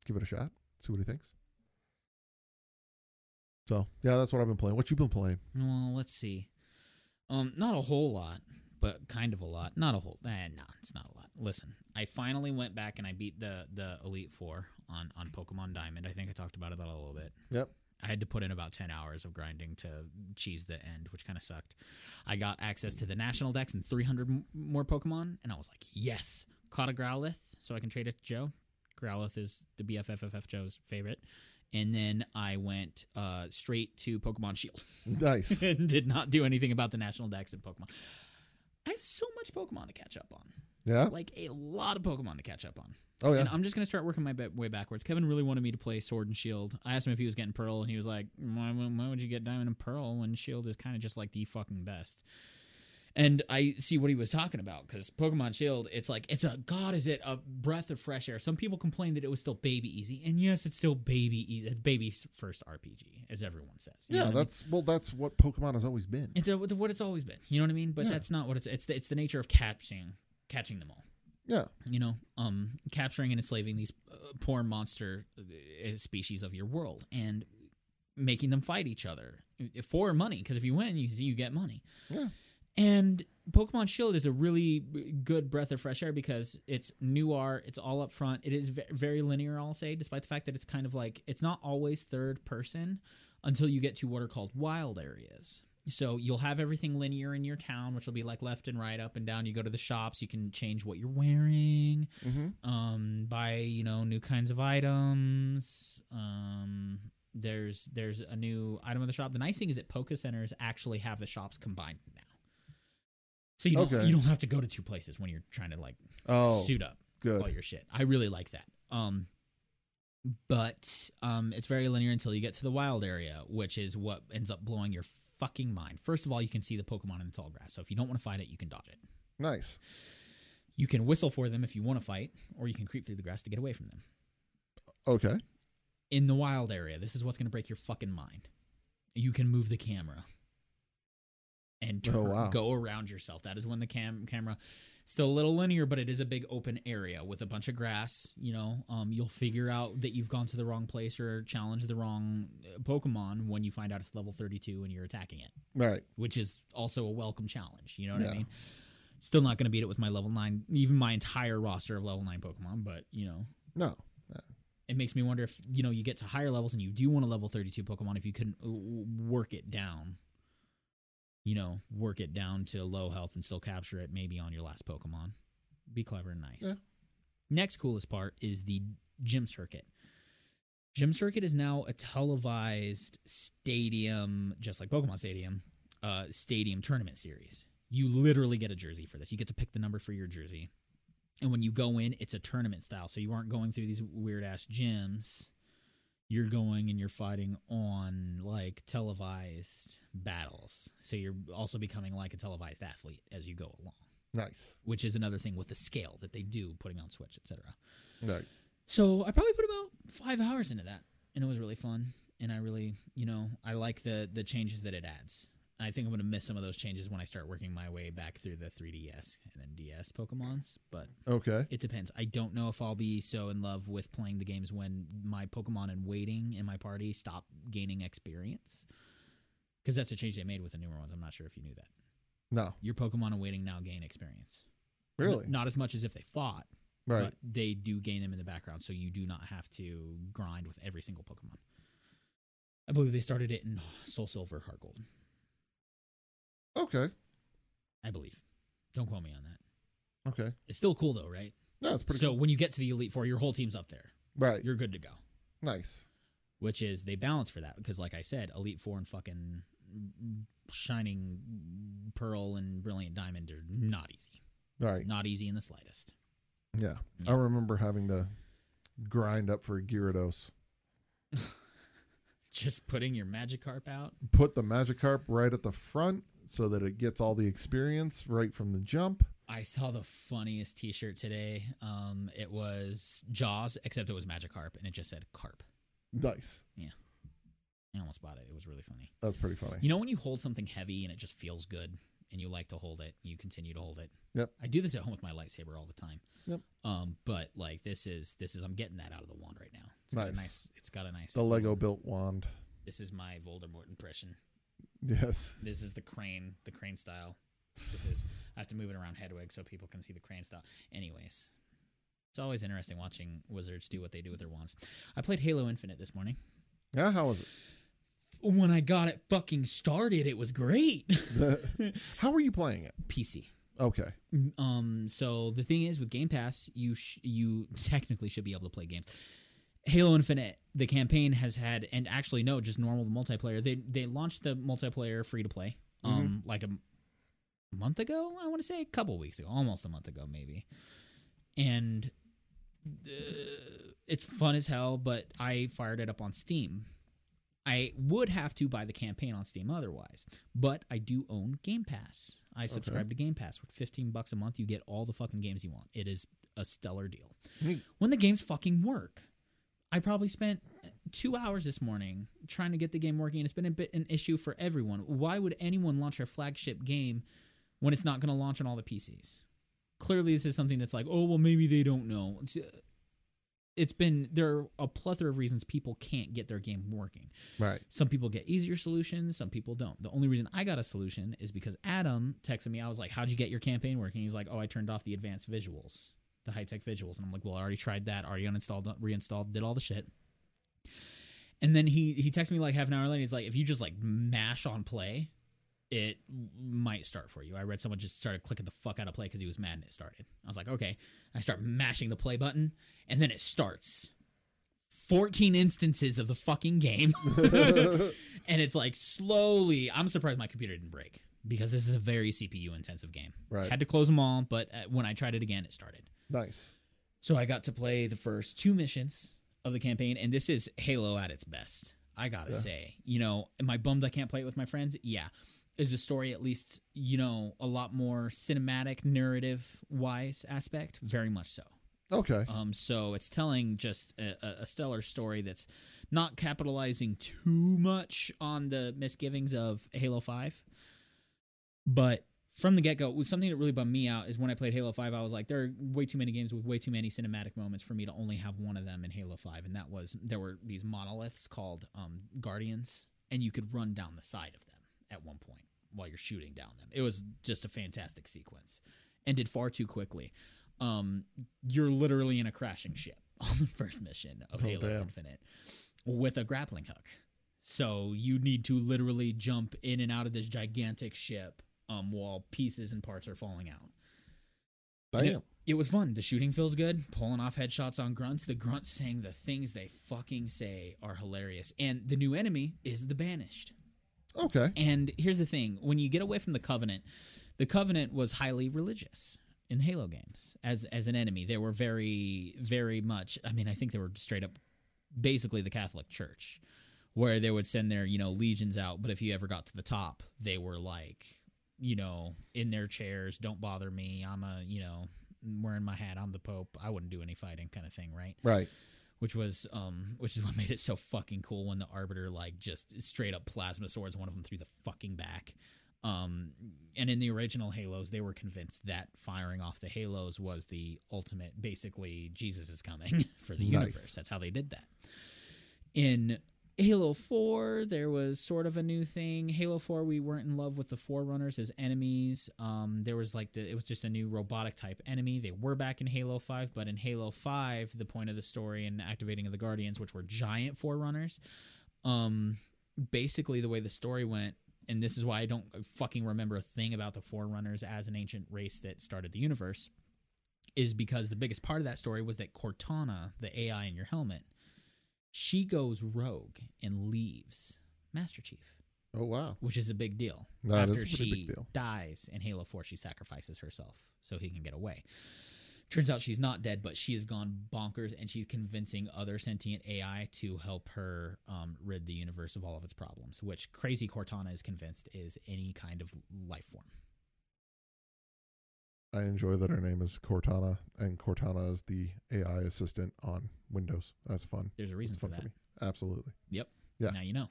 B: Give it a shot. See what he thinks. So yeah, that's what I've been playing. What you been playing?
A: Well, let's see. Um, not a whole lot, but kind of a lot. Not a whole. Eh, nah, it's not a lot. Listen, I finally went back and I beat the the Elite Four on on Pokemon Diamond. I think I talked about it a little bit.
B: Yep.
A: I had to put in about 10 hours of grinding to cheese the end, which kind of sucked. I got access to the national decks and 300 m- more Pokemon, and I was like, yes, caught a Growlithe so I can trade it to Joe. Growlithe is the BFFFF Joe's favorite. And then I went uh, straight to Pokemon Shield
B: Nice.
A: and did not do anything about the national decks and Pokemon. I have so much Pokemon to catch up on.
B: Yeah.
A: Like a lot of Pokemon to catch up on.
B: Oh yeah.
A: And uh, I'm just gonna start working my ba- way backwards. Kevin really wanted me to play Sword and Shield. I asked him if he was getting Pearl, and he was like, "Why, wou- why would you get Diamond and Pearl when Shield is kind of just like the fucking best?" And I see what he was talking about because Pokemon Shield, it's like it's a god, is it a breath of fresh air? Some people complained that it was still baby easy, and yes, it's still baby easy. It's baby's first RPG, as everyone says. You know what
B: Yeah.
A: I mean?
B: That's well. That's what Pokemon has always been.
A: it's a, what it's always been. You know what I mean? But
B: Yeah.
A: that's not what it's. It's the, it's the nature of catching catching them all
B: Yeah.
A: you know, um, capturing and enslaving these uh, poor monster uh, species of your world and making them fight each other uh, for money. Because if you win, you you get money.
B: Yeah.
A: And Pokemon Shield is a really good breath of fresh air because it's new art. It's all up front. It is ve- very linear, I'll say, despite the fact that it's kind of like it's not always third person until you get to what are called wild areas. So you'll have everything linear in your town, which will be like left and right, up and down. You go to the shops, you can change what you're wearing,
B: Mm-hmm.
A: um, buy you know new kinds of items. Um, there's there's a new item in the shop. The nice thing is that Poke Centers actually have the shops combined now, so you don't
B: Okay.
A: you don't have to go to two places when you're trying to like
B: Oh,
A: suit up all
B: good.
A: your shit. I really like that. Um, but um, it's very linear until you get to the wild area, which is what ends up blowing your fucking mind. First of all, you can see the Pokemon in the tall grass, so if you don't want to fight it, you can dodge it.
B: Nice.
A: You can whistle for them if you want to fight, or you can creep through the grass to get away from them.
B: Okay.
A: In the wild area, this is what's going to break your fucking mind. You can move the camera and
B: Oh,
A: turn,
B: wow.
A: go around yourself. That is when the cam camera still a little linear, but it is a big open area with a bunch of grass. You know, um, you'll figure out that you've gone to the wrong place or challenged the wrong uh, Pokemon when you find out it's level 32 and you're attacking it
B: All right.
A: which is also a welcome challenge. You know what I
B: Yeah.
A: mean? Still not going to beat it with my level nine, even my entire roster of level nine Pokemon, but you know,
B: No.
A: it makes me wonder if you know you get to higher levels and you do want a level 32 Pokemon if you couldn't w- w- work it down. You know, work it down to low health and still capture it maybe on your last Pokemon. Be clever and nice.
B: Yeah.
A: Next coolest part is the gym circuit. Gym circuit is now a televised stadium, just like Pokemon Stadium, uh, stadium tournament series. You literally get a jersey for this. You get to pick the number for your jersey. And when you go in, it's a tournament style. So you aren't going through these weird ass gyms. You're going and you're fighting on like televised battles. So you're also becoming like a televised athlete as you go along,
B: Nice.
A: which is another thing with the scale that they do putting on Switch, etc.
B: Right.
A: So I probably put about five hours into that, and it was really fun. And I really, you know, I like the the changes that it adds. I think I'm gonna miss some of those changes when I start working my way back through the 3DS and then DS Pokemon's, but
B: Okay.
A: it depends. I don't know if I'll be so in love with playing the games when my Pokemon in waiting in my party stop gaining experience. Because that's a change they made with the newer ones. I'm not sure if you knew that.
B: No.
A: Your Pokemon in waiting now gain experience.
B: Really.
A: N- not as much as if they fought,
B: right.
A: but they do gain them in the background, so you do not have to grind with every single Pokemon. I believe they started it in Soul Silver, Heart Gold.
B: Okay.
A: I believe. Don't quote me on that.
B: Okay.
A: It's still cool though, right?
B: No, it's pretty.
A: so when you get to the Elite Four, your whole team's up there.
B: cool. Right.
A: You're good to go.
B: Nice.
A: which is they balance for that because like i said elite four and fucking shining pearl and brilliant diamond are not easy
B: Right.
A: not easy in the slightest
B: Yeah. I remember having to grind up for Gyarados.
A: just putting your magikarp out
B: Put the Magikarp right at the front so that it gets all the experience right from the jump.
A: i saw the funniest t-shirt today um it was jaws except it was magikarp and it just said carp
B: Nice.
A: i almost bought it it was really funny
B: That's pretty funny.
A: you know when you hold something heavy and it just feels good and you like to hold it you continue to hold it
B: Yep.
A: i do this at home with my lightsaber all the time
B: Yep.
A: um but like this is this is i'm getting that out of the wand right now It's got a
B: Nice.
A: nice it's got a nice
B: The Lego built wand.
A: This is my Voldemort impression.
B: Yes.
A: This is the crane, the crane style. This is I have to move it around Hedwig so people can see the crane style. Anyways, it's always interesting watching wizards do what they do with their wands. I played Halo Infinite this morning.
B: Yeah. How was it?
A: when I got it fucking started, it was great.
B: How are you playing it?
A: PC.
B: Okay.
A: Um. So the thing is, with Game Pass, you sh- you technically should be able to play games. Halo Infinite, the campaign has had, and actually no, just normal multiplayer. They they launched the multiplayer free to play, um, like a m- month ago. I want to say a couple weeks ago, almost a month ago, maybe. And uh, it's fun as hell, but I fired it up on Steam. I would have to buy the campaign on Steam otherwise, but I do own Game Pass. I subscribe to Game Pass for 15 bucks a month. You get all the fucking games you want. It is a stellar deal.
B: Neat.
A: When the games fucking work, I probably spent two hours this morning trying to get the game working, and it's been a bit an issue for everyone. Why would anyone launch their flagship game when it's not going to launch on all the PCs? Clearly, this is something that's like, oh well, maybe they don't know. It's, uh, it's been there are a plethora of reasons people can't get their game working.
B: Right.
A: Some people get easier solutions, some people don't. The only reason I got a solution is because Adam texted me. I was like, How'd you get your campaign working? He's like, Oh, I turned off the advanced visuals, the high tech visuals. And I'm like, Well, I already tried that, already uninstalled, reinstalled, did all the shit. And then he he texted me like half an hour later. He's like, If you just like mash on play, it might start for you. I read someone just started clicking the fuck out of play because he was mad and it started. I was like, Okay. I start mashing the play button, and then it starts. 14 instances of the fucking game. and it's like slowly. I'm surprised my computer didn't break because this is a very CPU intensive game.
B: Right.
A: Had to close them all, but uh, when I tried it again, it started.
B: Nice.
A: So I got to play the first two missions of the campaign, and this is Halo at its best. I gotta
B: Yeah.
A: say, you know, am I bummed I can't play it with my friends? Yeah. Is the story at least, you know, a lot more cinematic, narrative wise aspect? Very much so.
B: Okay.
A: Um, so it's telling just a, a- a stellar story that's not capitalizing too much on the misgivings of Halo Five, but from the get go, something that really bummed me out is when I played Halo Five. I was like, there are way too many games with way too many cinematic moments for me to only have one of them in Halo Five, and that was there were these monoliths called um, Guardians, and you could run down the side of them at one point while you're shooting down them. It was just a fantastic sequence. Ended far too quickly um, you're literally in a crashing ship on the first mission of
B: Oh,
A: Halo
B: damn.
A: Infinite with a grappling hook. So you need to literally jump in and out of this gigantic ship um, while pieces and parts are falling out.
B: Damn.
A: It, it was fun. The shooting feels good. Pulling off headshots on grunts. The grunts saying the things they fucking say are hilarious. And the new enemy is the Banished.
B: Okay.
A: And here's the thing when you get away from the Covenant, the Covenant was highly religious in Halo games as, as an enemy. They were very, very much, I mean, I think they were straight up basically the Catholic Church, where they would send their, you know, legions out. But if you ever got to the top, they were like, you know, in their chairs, don't bother me. I'm a, you know, wearing my hat. I'm the Pope. I wouldn't do any fighting kind of thing, right?
B: Right.
A: which was um which is what made it so fucking cool when the arbiter like just straight up plasma swords one of them through the fucking back um and in the original halos they were convinced that firing off the halos was the ultimate basically jesus is coming for the
B: Nice.
A: universe that's how they did that in Halo 4, there was sort of a new thing. Halo 4, we weren't in love with the Forerunners as enemies. Um, there was like the, it was just a new robotic type enemy. They were back in Halo 5, but in Halo 5, the point of the story and activating of the Guardians, which were giant Forerunners, um, basically the way the story went, and this is why I don't fucking remember a thing about the Forerunners as an ancient race that started the universe, is because the biggest part of that story was that Cortana, the AI in your helmet, she goes rogue and leaves Master Chief,
B: Oh wow.
A: which is a big deal.
B: That is
A: After
B: a pretty
A: she
B: big deal.
A: dies in Halo 4, she sacrifices herself so he can get away. Turns out she's not dead, but she has gone bonkers and she's convincing other sentient AI to help her um, rid the universe of all of its problems, which crazy Cortana is convinced is any kind of life form.
B: I enjoy that her name is Cortana, and Cortana is the AI assistant on Windows. That's fun.
A: There's a
B: It's
A: reason for
B: fun
A: that.
B: for me. Absolutely. Yeah.
A: Now you know.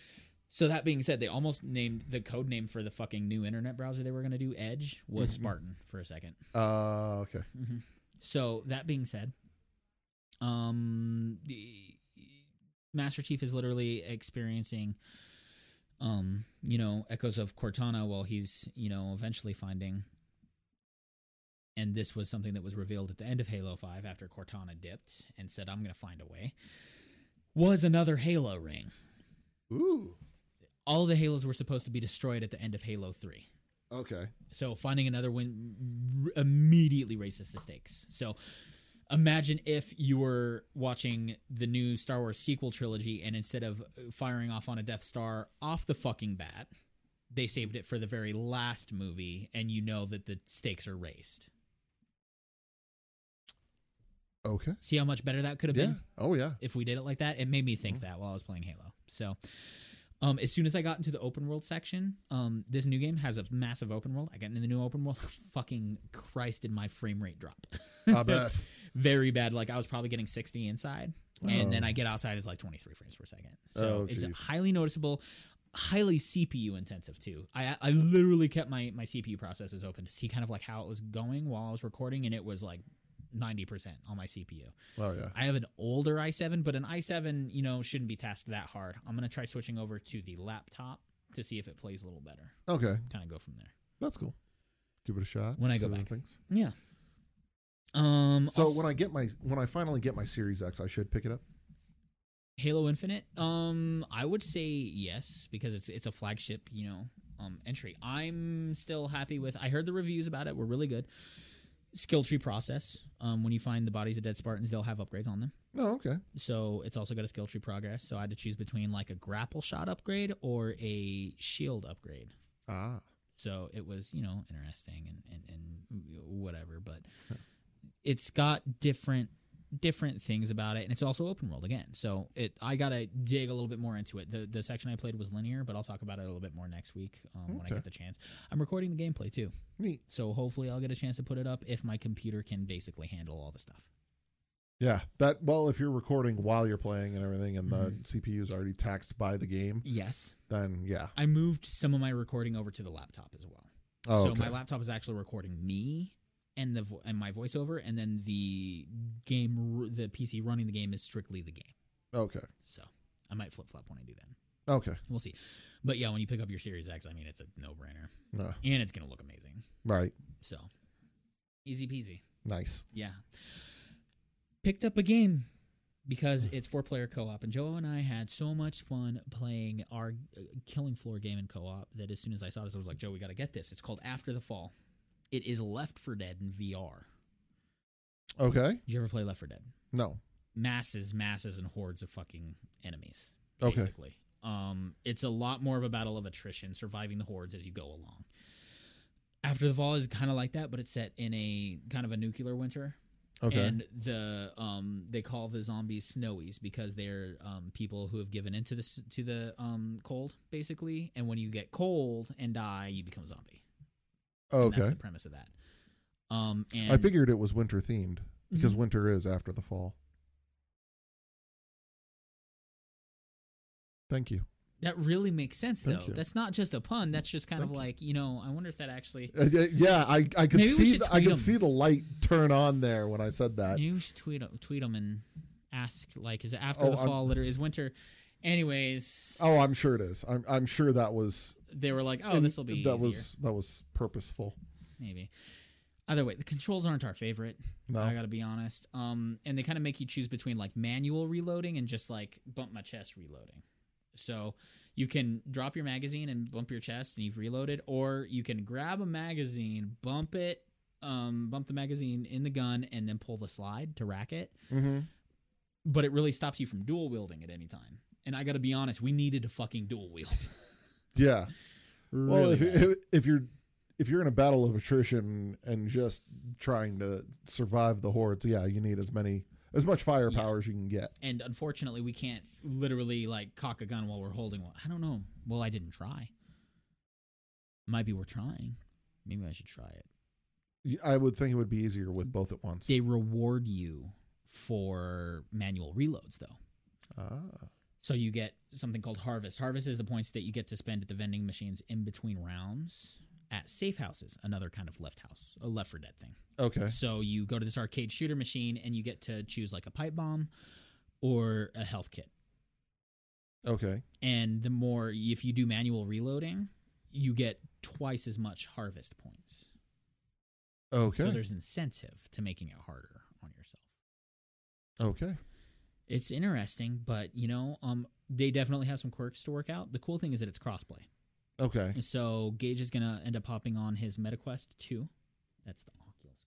A: so that being said, they almost named the code name for the fucking new internet browser they were going to do, Edge, was
B: Mhm.
A: Spartan for a second.
B: Uh, okay.
A: hmm So that being said, um, the- Master Chief is literally experiencing, um, you know, echoes of Cortana while he's, you know, eventually finding. And this was something that was revealed at the end of Halo Five after Cortana dipped and said, "I'm going to find a way." Was another Halo ring.
B: Ooh.
A: All the Halos were supposed to be destroyed at the end of Halo 3.
B: Okay.
A: So finding another win r- immediately raises the stakes. So imagine if you were watching the new Star Wars sequel trilogy and instead of firing off on a Death Star off the fucking bat, they saved it for the very last movie and you know that the stakes are raised.
B: Okay.
A: See how much better that could have
B: Yeah.
A: been?
B: Oh yeah.
A: if we did it like that. It made me think
B: Mm-hmm.
A: that while I was playing Halo. So, um, as soon as I got into the open world section, um, this new game has a massive open world. I got into the new open world. Fucking Christ, did my frame rate drop?
B: I bet.
A: Very bad. Like I was probably getting 60 inside, and then
B: Oh.
A: I get outside it's like 23 frames per second. So
B: Oh,
A: it's
B: jeez.
A: highly noticeable. Highly CPU intensive too. I I literally kept my my CPU processes open to see kind of like how it was going while I was recording, and it was like ninety percent on my CPU.
B: Oh yeah.
A: I have an older i7, but an i7, you know, shouldn't be tasked that hard. I'm going to try switching over to the laptop to see if it plays a little better.
B: Okay.
A: Kind of go from there.
B: That's cool. Give it a shot.
A: When I go
B: see what it
A: back.
B: thinks.
A: Yeah. Um
B: So
A: also-
B: when I get my when I finally get my Series X, I should pick it up.
A: Halo Infinite, um I would say yes because it's it's a flagship, you know, um entry. I'm still happy with I heard the reviews about it were really good. Skill tree process. Um when you find the bodies of dead Spartans, they'll have upgrades on them.
B: No, okay.
A: so it's also got a skill tree progress. So I had to choose between like a grapple shot upgrade or a shield upgrade.
B: Ah,
A: So it was, you know, interesting and and, and whatever, but it's got different different things about it and it's also open world again. So it I got to dig a little bit more into it. The the section I played was linear, but I'll talk about it a little bit more next week um, when I
B: Okay.
A: get the chance. I'm recording the gameplay too.
B: neat.
A: So hopefully I'll get a chance to put it up if my computer can basically handle all the stuff.
B: Yeah, that. Well, if you're recording while you're playing and everything, and
A: Mm-hmm.
B: the CPU is already taxed by the game,
A: Yes.
B: then yeah.
A: I moved some of my recording over to the laptop as well.
B: Oh,
A: so
B: okay.
A: my laptop is actually recording me and the vo- and my voiceover, and then the game, ru- the PC running the game is strictly the game.
B: okay.
A: So I might flip flop when I do that.
B: Okay.
A: We'll see. But yeah, when you pick up your Series X, I mean, it's a no brainer,
B: No.
A: and it's gonna look amazing.
B: Right.
A: So easy peasy.
B: Nice.
A: Yeah. Picked up a game because it's four player co op, and Joe and I had so much fun playing our uh, Killing Floor game in co op that as soon as I saw this, I was like, Joe, we got to get this. It's called After the Fall. It is Left for Dead in VR.
B: Okay.
A: Did you ever play Left for Dead?
B: No.
A: Masses, masses, and hordes of fucking enemies.
B: Okay.
A: Basically. Um, it's a lot more of a battle of attrition, surviving the hordes as you go along. After the Fall is kind of like that, but it's set in a kind of a nuclear winter.
B: Okay.
A: And the um they call the zombies snowies because they're um people who have given into the s- to the um cold basically and when you get cold and die you become a zombie. And That's
B: okay.
A: the premise of that. Um and Mm-hmm.
B: I figured it was winter themed because winter is after the fall. Thank you.
A: that really makes sense though.
B: Thank you.
A: That's not just a pun, that's just kind
B: Thank
A: of
B: you.
A: like, you know, I wonder if that actually
B: Uh, y- yeah, I I could
A: Maybe we
B: see
A: should
B: the, I
A: tweet
B: could
A: 'em.
B: see the light turn on there when I said that.
A: you should tweet tweet them and ask like is it after
B: Oh,
A: the
B: I'm-
A: fall litter is winter anyways
B: Oh, I'm sure it is. I'm I'm sure that was
A: they were like oh this will be
B: that
A: easier
B: was that was purposeful.
A: maybe either way the controls aren't our favorite
B: No.
A: I gotta be honest. Um, and they kind of make you choose between like manual reloading and just like bump my chest reloading. So you can drop your magazine and bump your chest and you've reloaded, or you can grab a magazine, bump it, um, bump the magazine in the gun, and then pull the slide to rack it.
B: mm-hmm.
A: But it really stops you from dual wielding at any time. And I gotta be honest, we needed to fucking dual wield.
B: Yeah. Well,
A: Really
B: if,
A: bad.
B: if if you're if you're in a battle of attrition and just trying to survive the hordes, yeah, you need as many as much firepower as you can get.
A: and unfortunately we can't literally like cock a gun while we're holding one. I don't know. Well, I didn't try. Might be we're trying. Maybe I should try it.
B: Y- I would think it would be easier with both at once.
A: They reward you for manual reloads though.
B: Ah,
A: So you get something called harvest. Harvest is the points that you get to spend at the vending machines in between rounds at safe houses, another kind of left house, a left for dead thing.
B: okay.
A: So you go to this arcade shooter machine and you get to choose like a pipe bomb or a health kit.
B: Okay.
A: and the more if you do manual reloading, you get twice as much harvest points.
B: Okay.
A: So there's incentive to making it harder on yourself.
B: okay.
A: it's interesting, but you know, um, they definitely have some quirks to work out. The cool thing is that it's crossplay.
B: Okay.
A: So Gage is gonna end up hopping on his MetaQuest two. That's the Oculus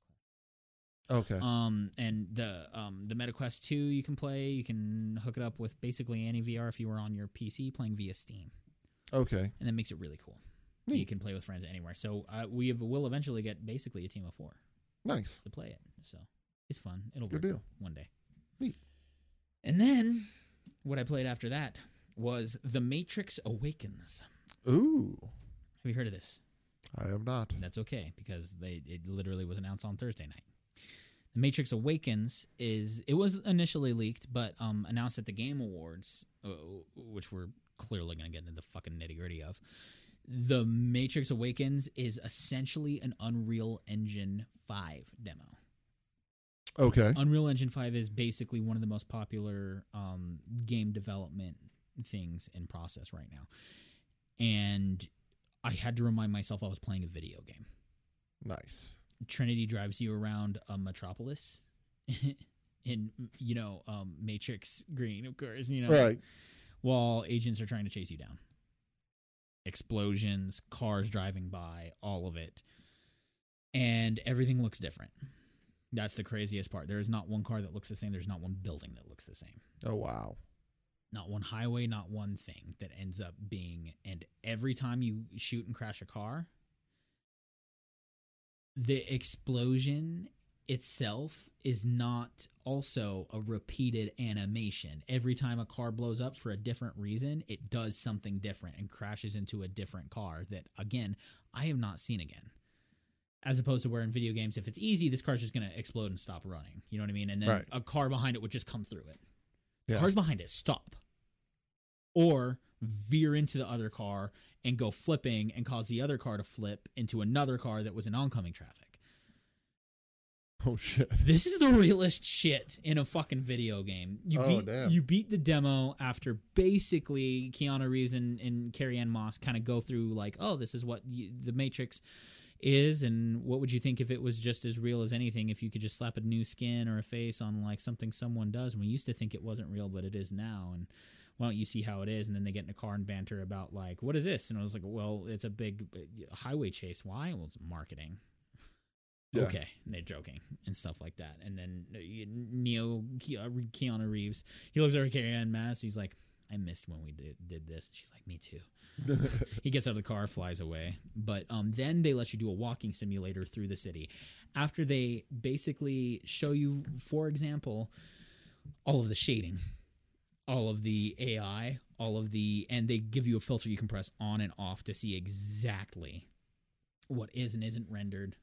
A: Quest.
B: Okay.
A: Um, and the um the MetaQuest two you can play. You can hook it up with basically any VR if you were on your PC playing via Steam,
B: Okay.
A: and that makes it really cool. You
B: Neat.
A: can play with friends anywhere. So uh, we have- will eventually get basically a team of four
B: Nice.
A: to play it. So it's fun. It'll
B: Good
A: work
B: deal.
A: one day.
B: Neat.
A: And then what I played after that was The Matrix Awakens.
B: Ooh.
A: Have you heard of this?
B: I am not.
A: That's okay because they it literally was announced on Thursday night. The Matrix Awakens is it was initially leaked, but um, announced at the Game Awards, uh, which we're clearly going to get into the fucking nitty gritty of. The Matrix Awakens is essentially an Unreal Engine five demo.
B: Okay.
A: Unreal Engine 5 is basically one of the most popular um, game development things in process right now. And I had to remind myself I was playing a video game.
B: Nice.
A: Trinity drives you around a metropolis in, you know, um, Matrix Green, of course, you know,
B: Right.
A: while agents are trying to chase you down. Explosions, cars driving by, all of it. And everything looks different. That's the craziest part. There is not one car that looks the same. There's not one building that looks the same.
B: Oh wow.
A: Not one highway, not one thing that ends up being. And every time you shoot and crash a car, the explosion itself is not also a repeated animation. Every time a car blows up for a different reason, it does something different and crashes into a different car that, again, I have not seen again. As opposed to where in video games, if it's easy, this car's just going to explode and stop running. You know what I mean? And then
B: Right.
A: a car behind it would just come through it. The
B: Yeah.
A: Cars behind it stop or veer into the other car and go flipping and cause the other car to flip into another car that was in oncoming traffic.
B: Oh shit.
A: This is the realest shit in a fucking video game. You
B: Oh,
A: beat
B: damn.
A: you beat the demo after basically Keanu Reeves and, and Carrie Ann Moss kind of go through like, oh, this is what you, the Matrix is, and what would you think if it was just as real as anything? If you could just slap a new skin or a face on like something someone does, and we used to think it wasn't real, but it is now, and why don't you see how it is? And then they get in a car and banter about like, what is this? And I was like, well, it's a big uh, highway chase. Why? Well, it's marketing
B: Yeah.
A: okay and they're joking and stuff like that and then uh, you- neo Ke- uh, keanu reeves he looks over at carrie ann mass he's like i missed when we did, did this she's like me too he gets out of the car flies away but um, then they let you do a walking simulator through the city after they basically show you for example all of the shading all of the ai all of the and they give you a filter you can press on and off to see exactly what is and isn't rendered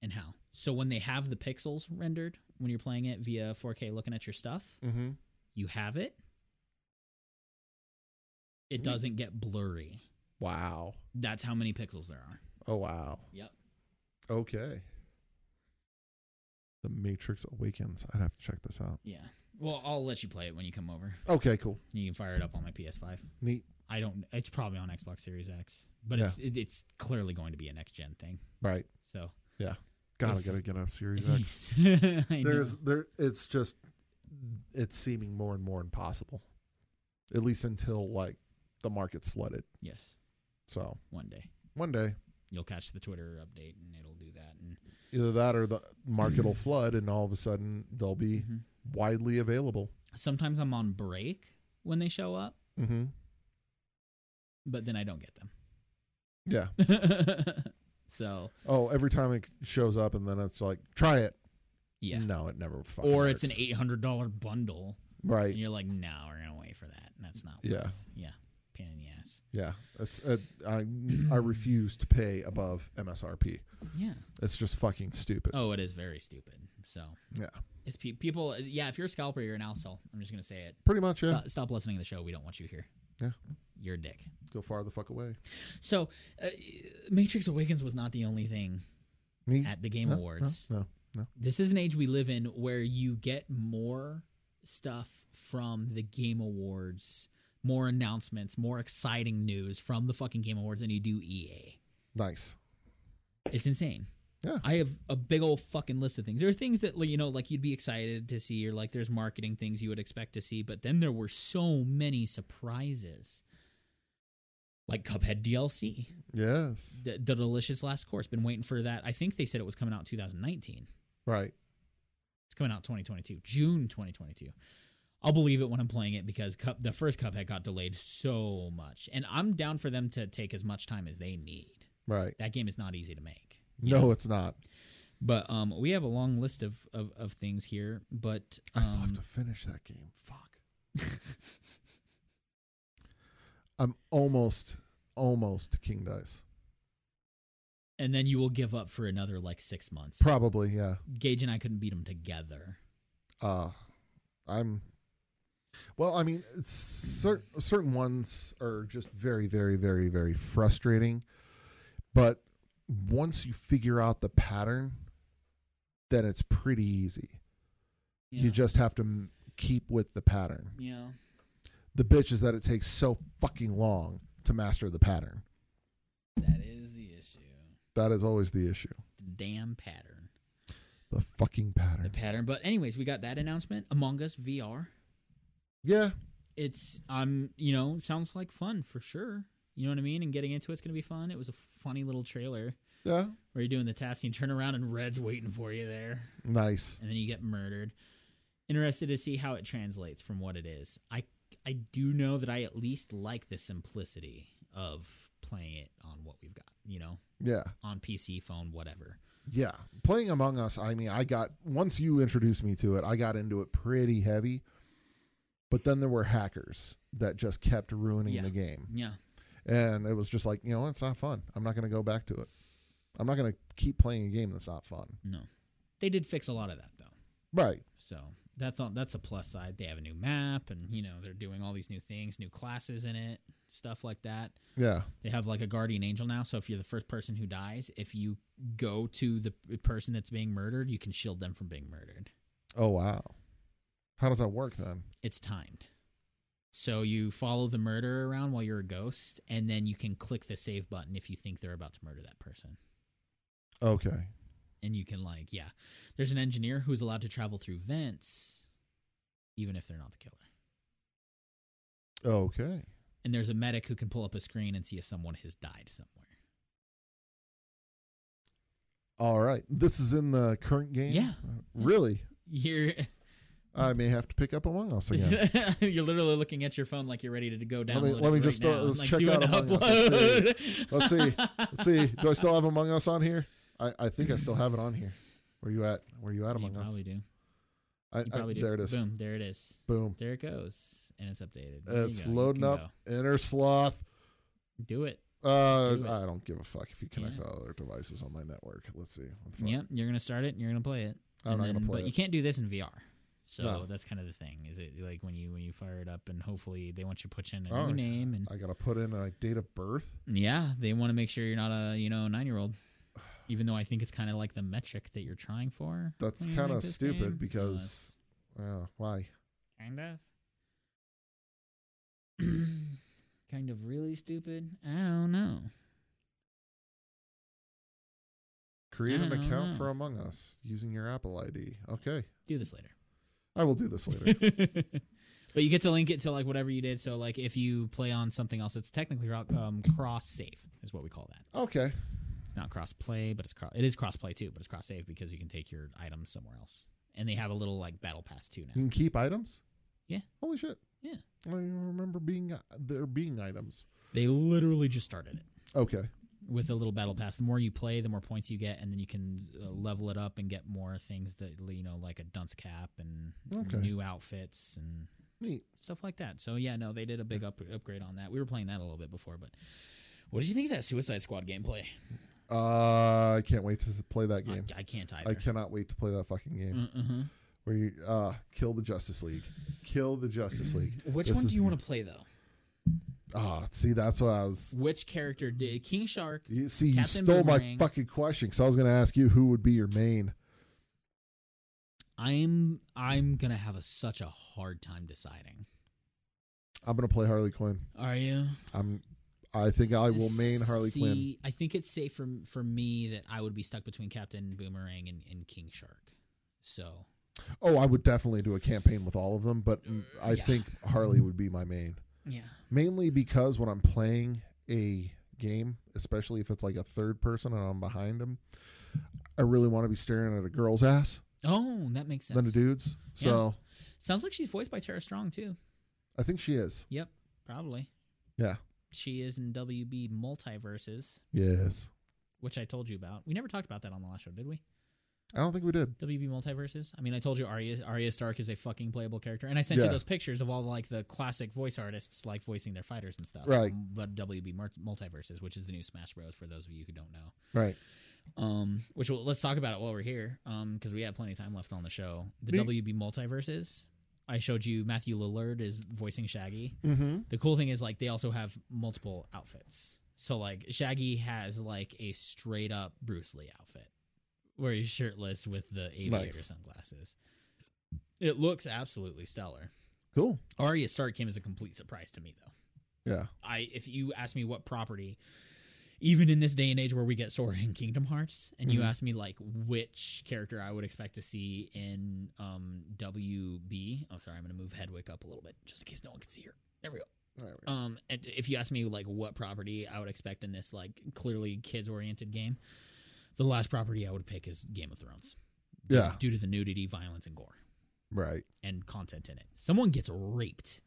A: and how so when they have the pixels rendered when you're playing it via 4k looking at your stuff
B: mm-hmm.
A: you have it it
B: Neat.
A: doesn't get blurry
B: Wow.
A: that's how many pixels there are
B: Oh wow.
A: yep
B: Okay. The Matrix Awakens. I'd have to check this out.
A: yeah well i'll let you play it when you come over
B: Okay, cool.
A: you can fire it up on my ps5
B: Neat.
A: i don't it's probably on xbox series x but it's it, it's clearly going to be a next gen thing
B: Right.
A: so
B: God, I
A: If-
B: gotta get a Series X.
A: yes. I know.
B: There's there it's just it's seeming more and more impossible. At least until like the market's flooded.
A: yes
B: So
A: one day
B: one day.
A: you'll catch the twitter update and it'll do that and
B: Either that or the market will flood and all of a sudden they'll be
A: Mhm.
B: widely available.
A: sometimes i'm on break when they show up
B: Mm-hmm.
A: but then i don't get them
B: Yeah.
A: so
B: Oh, every time it shows up and then it's like, try it.
A: yeah
B: No, Mm. it never fucking
A: or it's an
B: works.
A: eight hundred dollar bundle,
B: Right.
A: and you're like, no, we're gonna wait for that. That's not.
B: Yeah.
A: worth- yeah, pain in the ass.
B: Yeah, that's uh, I I refuse to pay above MSRP.
A: Yeah.
B: It's just fucking stupid.
A: Oh, it is very stupid. So
B: Yeah,
A: it's pe- people. Yeah, if you're a scalper, you're an alcel. I'm just gonna say it.
B: pretty much it.
A: Stop, stop listening to the show. We don't want you here.
B: Yeah.
A: You're a dick.
B: Go far the fuck away.
A: So, uh, Matrix Awakens was not the only thing
B: Neat.
A: at the Game
B: No,
A: Awards.
B: No, no,
A: This is an age we live in where you get more stuff from the Game Awards, more announcements, more exciting news from the fucking Game Awards than you do EA.
B: no. Nice.
A: E It's insane.
B: Yeah.
A: I have a big old fucking list of things. There are things that like, you know, like you'd be excited to see, or like there's marketing things you would expect to see, but then there were so many surprises, like Cuphead DLC,
B: Yes.
A: the, the delicious last course. Been waiting for that. I think they said it was coming out in 2019.
B: Right.
A: It's coming out 2022, June 2022. I'll believe it when I'm playing it because cup the first Cuphead got delayed so much, and I'm down for them to take as much time as they need.
B: Right.
A: That game is not easy to make. you
B: No,
A: know?
B: it's not.
A: But um, we have a long list of of, of things here. But
B: I
A: um,
B: still have to finish that game. Fuck. I'm almost, almost to King Dice.
A: and then you will give up for another like six months.
B: Probably, yeah.
A: Gage and I couldn't beat them together.
B: Uh, I'm. Well, I mean, it's cer- certain ones are just very, very, very, very frustrating. But once you figure out the pattern, then it's pretty easy.
A: Yeah.
B: You just have to m- keep with the pattern.
A: yeah.
B: The bitch is that it takes so fucking long to master the pattern.
A: That is the issue.
B: That is always the issue.
A: The damn pattern.
B: The fucking
A: The
B: pattern.
A: pattern. But anyways, we got that announcement. Among Us VR.
B: Yeah,
A: It's um, you know, sounds like fun for sure. You know what I mean? And getting into it's gonna be fun. It was a funny little trailer
B: yeah.
A: where you're doing the task and you turn around and Red's waiting for you there.
B: Nice.
A: and then you get murdered. Interested to see how it translates from what it is. I I do know that I at least like the simplicity of playing it on what we've got, you know,
B: Yeah,
A: on PC, phone, whatever.
B: yeah. Playing Among Us, I mean, I got, once you introduced me to it, I got into it pretty heavy. But then there were hackers that just kept ruining
A: Yeah.
B: the game.
A: Yeah.
B: And it was just like, you know, it's not fun. I'm not going to go back to it. I'm not going to keep playing a game that's not fun.
A: No. They did fix a lot of that though.
B: Right.
A: So that's all that's the plus side. They have a new map and you know, they're doing all these new things, new classes in it, stuff like that.
B: Yeah.
A: They have like a guardian angel now, so if you're the first person who dies, if you go to the person that's being murdered, you can shield them from being murdered.
B: Oh, wow. How does that work then?
A: it's timed. So you follow the murderer around while you're a ghost, and then you can click the save button if you think they're about to murder that person.
B: Okay.
A: And you can like, yeah. There's an engineer who's allowed to travel through vents, even if they're not the killer.
B: Okay.
A: And there's a medic who can pull up a screen and see if someone has died somewhere.
B: All right. This is in the current game?
A: Yeah.
B: Really?
A: You're
B: I may have to pick up Among Us again.
A: you're literally looking at your phone like you're ready to go download.
B: Let me-
A: it
B: let me
A: right
B: just, uh,
A: now and,
B: let's
A: like
B: check
A: do an
B: out Among Us.
A: upload.
B: Let's see. Let's see. Do I still have Among Us on here? I, I think I still have it on here. Where you at? Where you at
A: You
B: Among Us?
A: probably do. You
B: I, I-
A: probably do.
B: there it is. Boom.
A: Boom. There it is. There it goes, and it's updated. There you
B: It's
A: go. You
B: loading
A: can
B: up. Inner sloth.
A: go. Do it.
B: Uh,
A: Do it.
B: I don't give a fuck if you connect
A: Yeah.
B: to other devices on my network. Let's see. What the fuck?
A: Yep, you're gonna start it and you're gonna play it.
B: I'm
A: And
B: not gonna
A: then-
B: play
A: but you
B: it.
A: can't do this in VR. So
B: No.
A: that's kind of the thing. Is it like when you when you fire it up and hopefully they want you to put in a
B: Oh,
A: new
B: yeah.
A: name and
B: I gotta put in a date of birth.
A: yeah, they want to make sure you're not a you know nine year old. Even though I think it's kind of like the metric that you're trying for.
B: That's
A: when you
B: kind
A: make
B: of
A: this
B: stupid
A: game.
B: because, uh, why?
A: Uh, kind of. kind of really stupid. I don't know.
B: Create an
A: don't
B: account
A: know.
B: for Among Us using your Apple ID. Okay,
A: Do this later.
B: I will do this later.
A: but you get to link it to like whatever you did. So like if you play on something else, it's technically rock- um, cross save is what we call that.
B: okay,
A: It's not cross play, but it's cross. It is cross play too, but it's cross save because you can take your items somewhere else. And they have a little like battle pass too
B: you
A: now.
B: can keep items.
A: Yeah.
B: Holy shit.
A: Yeah.
B: I don't even remember being there being items.
A: They literally just started it
B: Okay.
A: with a little battle pass. The more you play, the more points you get, and then you can uh, level it up and get more things that you know, like a dunce cap and
B: Okay.
A: new outfits and
B: Neat.
A: stuff like that. So yeah, no, they did a big up- upgrade on that. We were playing that a little bit before, but what did you think of that Suicide Squad gameplay?
B: Uh, I can't wait to s- play that
A: I,
B: game.
A: I can't
B: I,
A: either.
B: cannot wait to play that fucking game
A: Uh-huh.
B: where you uh kill the Justice League, kill the Justice League.
A: Which
B: This
A: one
B: is-
A: do you want to play though?
B: Ah, see, that's what I was.
A: Which character did King Shark?
B: You see, you
A: Captain
B: stole my
A: Boomerang.
B: fucking question because I was going to ask you who would be your main.
A: I'm I'm gonna have a, such a hard time deciding.
B: I'm going to play Harley Quinn.
A: Are you?
B: I'm I think I will main Harley
A: See,
B: Quinn.
A: I think it's safe for for me that I would be stuck between Captain Boomerang and, and King Shark. So
B: Oh, I would definitely do a campaign with all of them, but mm, I
A: Yeah.
B: think Harley would be my main.
A: yeah,
B: Mainly because when I'm playing a game, especially if it's like a third person and I'm behind them, I really want to be staring at a girl's ass
A: oh, that makes
B: than
A: sense.
B: a dude's. So
A: Sounds like she's voiced by Tara Strong too.
B: I think she is.
A: Yep, probably.
B: Yeah.
A: She is in WB Multiverses,
B: Yes.
A: which I told you about. We never talked about that on the last show, did we?
B: I don't think we did.
A: WB Multiverses. I mean, I told you Arya Arya Stark is a fucking playable character, and I sent you
B: Yeah.
A: those pictures of all like the classic voice artists like voicing their fighters and stuff.
B: Right.
A: But WB Mart- Multiverses, which is the new Smash Bros. For those of you who don't know.
B: Right.
A: um, which we'll, let's talk about it while we're here, um, because we have plenty of time left on the show. The
B: Me-
A: WB multiverses. I showed you Matthew Lillard is voicing Shaggy.
B: Mm-hmm.
A: The cool thing is like they also have multiple outfits. So like Shaggy has like a straight up Bruce Lee outfit, where he's shirtless with the aviator
B: Nice.
A: sunglasses. It looks absolutely stellar.
B: Cool.
A: Arya Stark came as a complete surprise to me though.
B: Yeah.
A: I if you ask me what property, even in this day and age where we get Sora and Kingdom Hearts, and you
B: Mhm.
A: ask me like which character I would expect to see in um WB. Oh, sorry, I'm gonna move Hedwig up a little bit just in case no one can see her. There we go.
B: There we go.
A: Um, and if you ask me like what property I would expect in this like clearly kids oriented game, the last property I would pick is Game of Thrones.
B: Yeah.
A: Due to the nudity, violence, and gore
B: Right.
A: and content in it, someone gets raped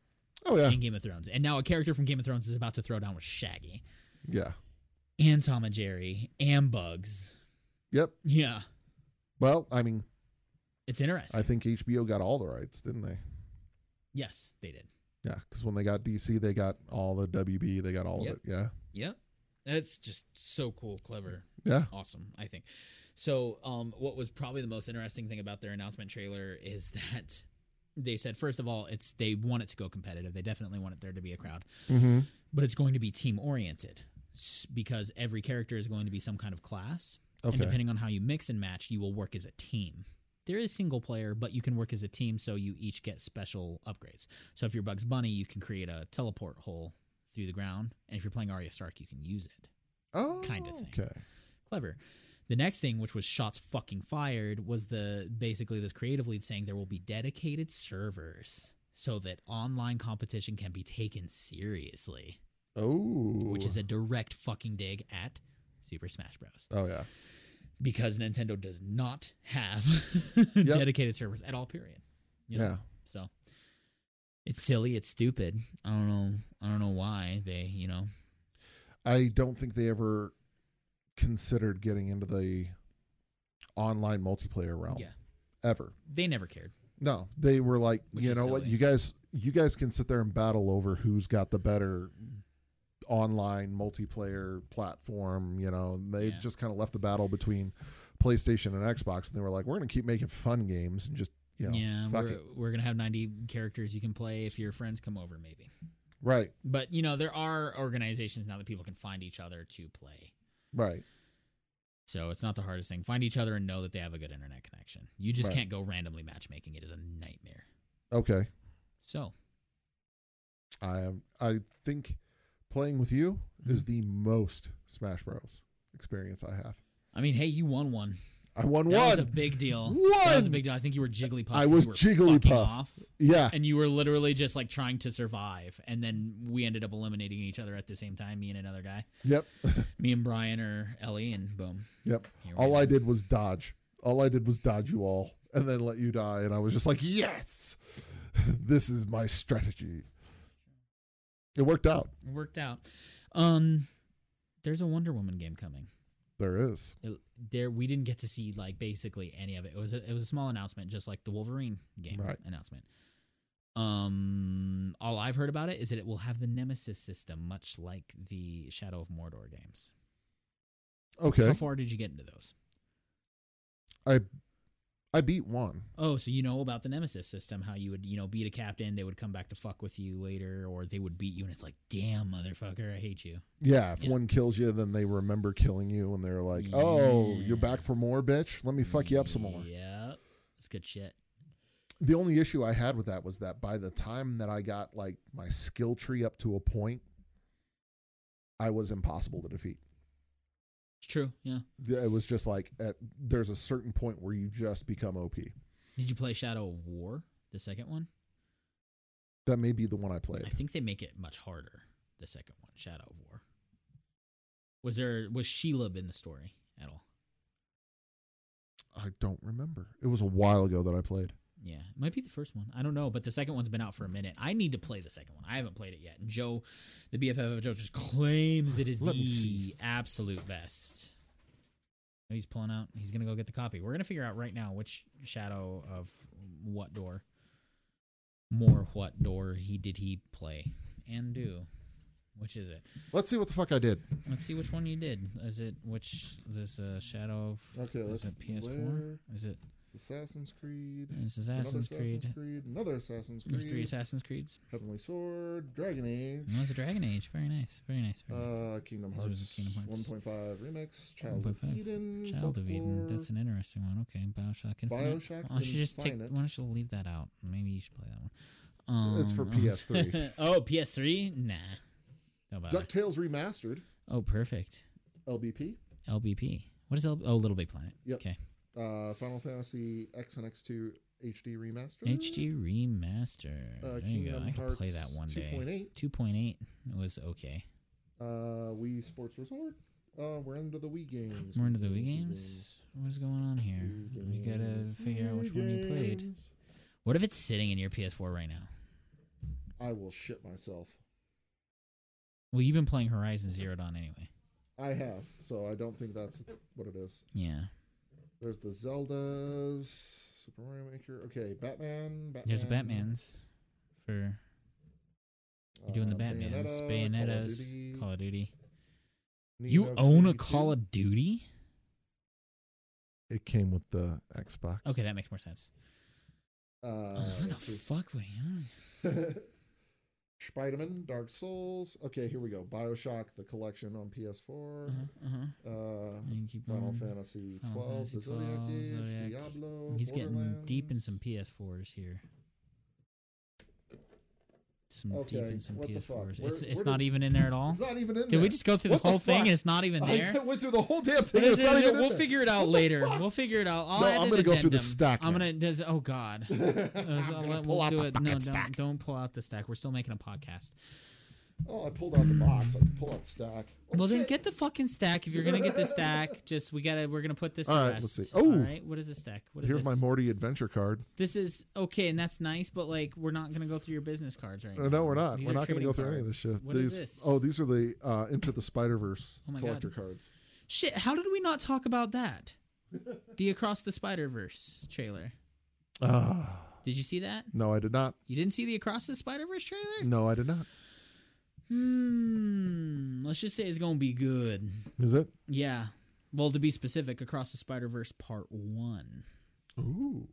B: Oh yeah.
A: in Game of Thrones, and now a character from Game of Thrones is about to throw down with Shaggy.
B: Yeah.
A: and Tom and Jerry and Bugs.
B: Yep.
A: Yeah,
B: Well, I mean,
A: it's interesting.
B: I think HBO got all the rights, didn't they?
A: yes, they did.
B: Yeah, because when they got DC, they got all the WB, they got all
A: Yep.
B: of it. Yeah,
A: Yep, that's just so cool, clever,
B: yeah,
A: awesome. I think. So, um, what was probably the most interesting thing about their announcement trailer is that they said first of all, it's they want it to go competitive. They definitely want it there to be a crowd,
B: mm-hmm.
A: but it's going to be team oriented because every character is going to be some kind of class
B: okay,
A: And depending on how you mix and match, you will work as a team. There is single player, but you can work as a team, so you each get special upgrades. So if you're Bugs Bunny, you can create a teleport hole through the ground, and if you're playing Arya Stark, you can use it.
B: oh,
A: kind of thing.
B: Okay,
A: Clever. The next thing, which was shots fucking fired, was the basically this creative lead saying there will be dedicated servers so that online competition can be taken seriously,
B: oh,
A: which is a direct fucking dig at Super Smash Bros.
B: oh yeah,
A: because Nintendo does not have dedicated servers at all. Period. You know?
B: yeah,
A: So it's silly. It's stupid. I don't know. I don't know why they. You know.
B: I don't think they ever considered getting into the online multiplayer realm.
A: Yeah.
B: ever.
A: They never cared.
B: No, they were like,
A: Which
B: you
A: is
B: know what,
A: silly.
B: you guys, you guys can sit there and battle over who's got the better online multiplayer platform. You know, And they
A: Yeah.
B: just kind of left the battle between PlayStation and Xbox, and they were like, we're going to keep making fun games and just, you know,
A: yeah.
B: fuck
A: We're,
B: it,
A: we're gonna have ninety characters you can play if your friends come over, maybe.
B: right,
A: But you know, there are organizations now that people can find each other to play.
B: right,
A: So it's not the hardest thing. Find each other and know that they have a good internet connection. You just
B: Right.
A: can't go randomly matchmaking. It is a nightmare.
B: okay.
A: So
B: I Um, I think playing with you is
A: Mhm.
B: the most Smash Bros. experience I have.
A: I mean, hey, you won one.
B: I won
A: That was a
B: one.
A: big deal. That was a
B: One!
A: big deal. I think you were Jigglypuff.
B: I
A: 'cause
B: was
A: you were
B: Jigglypuff.
A: fucking off,
B: yeah,
A: and you were literally just like trying to survive. And then we ended up eliminating each other at the same time, me and another guy,
B: yep,
A: me and Brian or Ellie, and boom.
B: yep.
A: here we
B: All I
A: are.
B: did was dodge. All I did was dodge you all and then let you die. And I was just like, yes, this is my strategy. It worked out.
A: It worked out. Um, there's a Wonder Woman game coming.
B: There is.
A: It- there, we didn't get to see like basically any of it. It was a, it was a small announcement, just like the Wolverine game
B: Right.
A: announcement. Um, all I've heard about it is that it will have the Nemesis system, much like the Shadow of Mordor games. How
B: Okay.
A: far did you get into those?
B: I I beat one.
A: Oh, so you know about the nemesis system, how you would, you know, beat a captain, they would come back to fuck with you later, or they would beat you, and it's like, damn, motherfucker, I hate you.
B: Yeah, if
A: Yeah.
B: one kills you, then they remember killing you and they're like, oh,
A: Yeah.
B: you're back for more, bitch? Let me fuck you up some more.
A: Yeah, it's good shit.
B: The only issue I had with that was that by the time that I got like my skill tree up to a point, I was impossible to defeat.
A: It's true. Yeah.
B: It was just like at, there's a certain point where you just become OP.
A: Did you play Shadow of War, the second one?
B: That may be the one I played.
A: I think they make it much harder. The second one, Shadow of War. Was there was Shelob in the story at all?
B: I don't remember. It was a while ago that I played.
A: Yeah, it might be the first one. I don't know, but the second one's been out for a minute. I need to play the second one. I haven't played it yet. And Joe, the BFF of Joe, just claims it is
B: Let me
A: the
B: see.
A: absolute best. Oh, He's pulling out. He's gonna go get the copy. We're gonna figure out right now which shadow of what door, more what door he did he play and do. Which is it?
B: Let's see what the fuck I did.
A: Let's see which one you did. Is it which this uh, shadow of?
B: Okay,
A: is
B: let's-
A: it PS4?
B: where-
A: Is it?
B: Assassin's Creed.
A: This is Assassin's Creed.
B: Another Assassin's
A: There's three Assassin's Creeds.
B: Heavenly Sword. Dragon Age.
A: Well, it's a Dragon Age. Very nice. Very nice. Very nice.
B: Uh, Kingdom
A: Those are the
B: Hearts,
A: Kingdom Hearts.
B: 1.5 Remix, Child of
A: 1.5,
B: Eden,
A: Child of Eden.
B: Folklore.
A: That's an interesting one. Okay, Bioshock Infinite.
B: Bioshock
A: Why don't you just take?
B: Infinite.
A: Why don't you leave that out? Maybe you should play that one. Um,
B: It's for PS3.
A: oh, PS3? Nah. No bother.
B: DuckTales Remastered,
A: oh, perfect.
B: LBP,
A: LBP. What is L? Oh, Little Big Planet.
B: Yep.
A: Okay.
B: uh, Final Fantasy X and X2 HD Remastered,
A: HD remaster.
B: uh,
A: there you go.
B: Kingdom
A: I could
B: Hearts
A: play that one day.
B: 2.8,
A: Two point eight was okay.
B: uh, Wii Sports Resort. Uh, we're into the Wii games.
A: More into the Wii games. What is going on here? We gotta figure out which one you played. What if it's sitting in your PS4 right now?
B: I will shit myself.
A: Well, you've been playing Horizon Zero Dawn anyway.
B: I have, so I don't think that's what it is.
A: Yeah.
B: There's the Zeldas, Super Mario Maker. Okay, Batman. Batman
A: There's the Batman's for you're
B: uh,
A: doing the Batman's. Bayonetta's Call of Duty. You own a Call of Duty?
B: It came with the Xbox.
A: Okay, that makes more sense. Uh-huh,
B: Uh,
A: what the fuck would you
B: Spider Man, Dark Souls. Okay, here we go. Bioshock, the collection on PS4.
A: uh-huh, uh-huh.
B: Uh,
A: You keep
B: Final
A: going.
B: Fantasy
A: Final
B: 12,
A: Fantasy
B: the Zodiac
A: 12,
B: Age,
A: Zodiac.
B: Diablo.
A: He's getting deep in
B: Oh, Borderlands.
A: some PS4s here. Some deep
B: Okay,
A: in some
B: what the
A: PS4s.
B: fuck?
A: it's
B: Where-
A: it's
B: where
A: not
B: did-
A: even in there at all.
B: It's not even in
A: Did
B: there.
A: we just go through this
B: What the
A: whole thing
B: fuck?
A: and it's not even there?
B: I went through the whole damn thing.
A: It
B: and
A: is-
B: It's not
A: it is-
B: even in
A: we'll
B: there.
A: figure it out
B: the
A: later.
B: fuck?
A: We'll figure it out. I'll
B: No,
A: add
B: I'm
A: an
B: gonna go through the
A: addendum.
B: stack
A: I'm
B: now.
A: gonna does oh god. Let's-
B: I'm
A: let-
B: gonna
A: we'll
B: pull out
A: do
B: the
A: it. No,
B: fucking
A: don't,
B: stack.
A: don't pull out the stack. We're still making a podcast.
B: Oh, I pulled out the box. I can pull out stack. Oh,
A: Well, then
B: shit.
A: get the fucking stack. If you're gonna get the stack, just we gotta we're gonna put this.
B: All
A: to
B: right,
A: rest.
B: let's see. Oh.
A: all right. What is the stack? What is
B: Here's
A: this?
B: my Morty adventure card.
A: this is okay, and that's nice, but like we're not gonna go through your business cards right
B: Uh,
A: now.
B: no, we're not.
A: These
B: we're
A: are
B: not going to
A: trading
B: go through any of this
A: cards.
B: shit.
A: What
B: these,
A: is this?
B: Oh, these are the uh, Into the Spider Verse
A: Oh my God.
B: collector cards.
A: shit! How did we not talk about that? the Across the Spider Verse trailer.
B: Ah,
A: Did you see that?
B: no, I did not.
A: You didn't see the Across the Spider Verse trailer?
B: No, I did not.
A: Hmm. Let's just say it's gonna be good.
B: Is it?
A: Yeah. Well, to be specific, Across the Spider Verse Part One,
B: Ooh.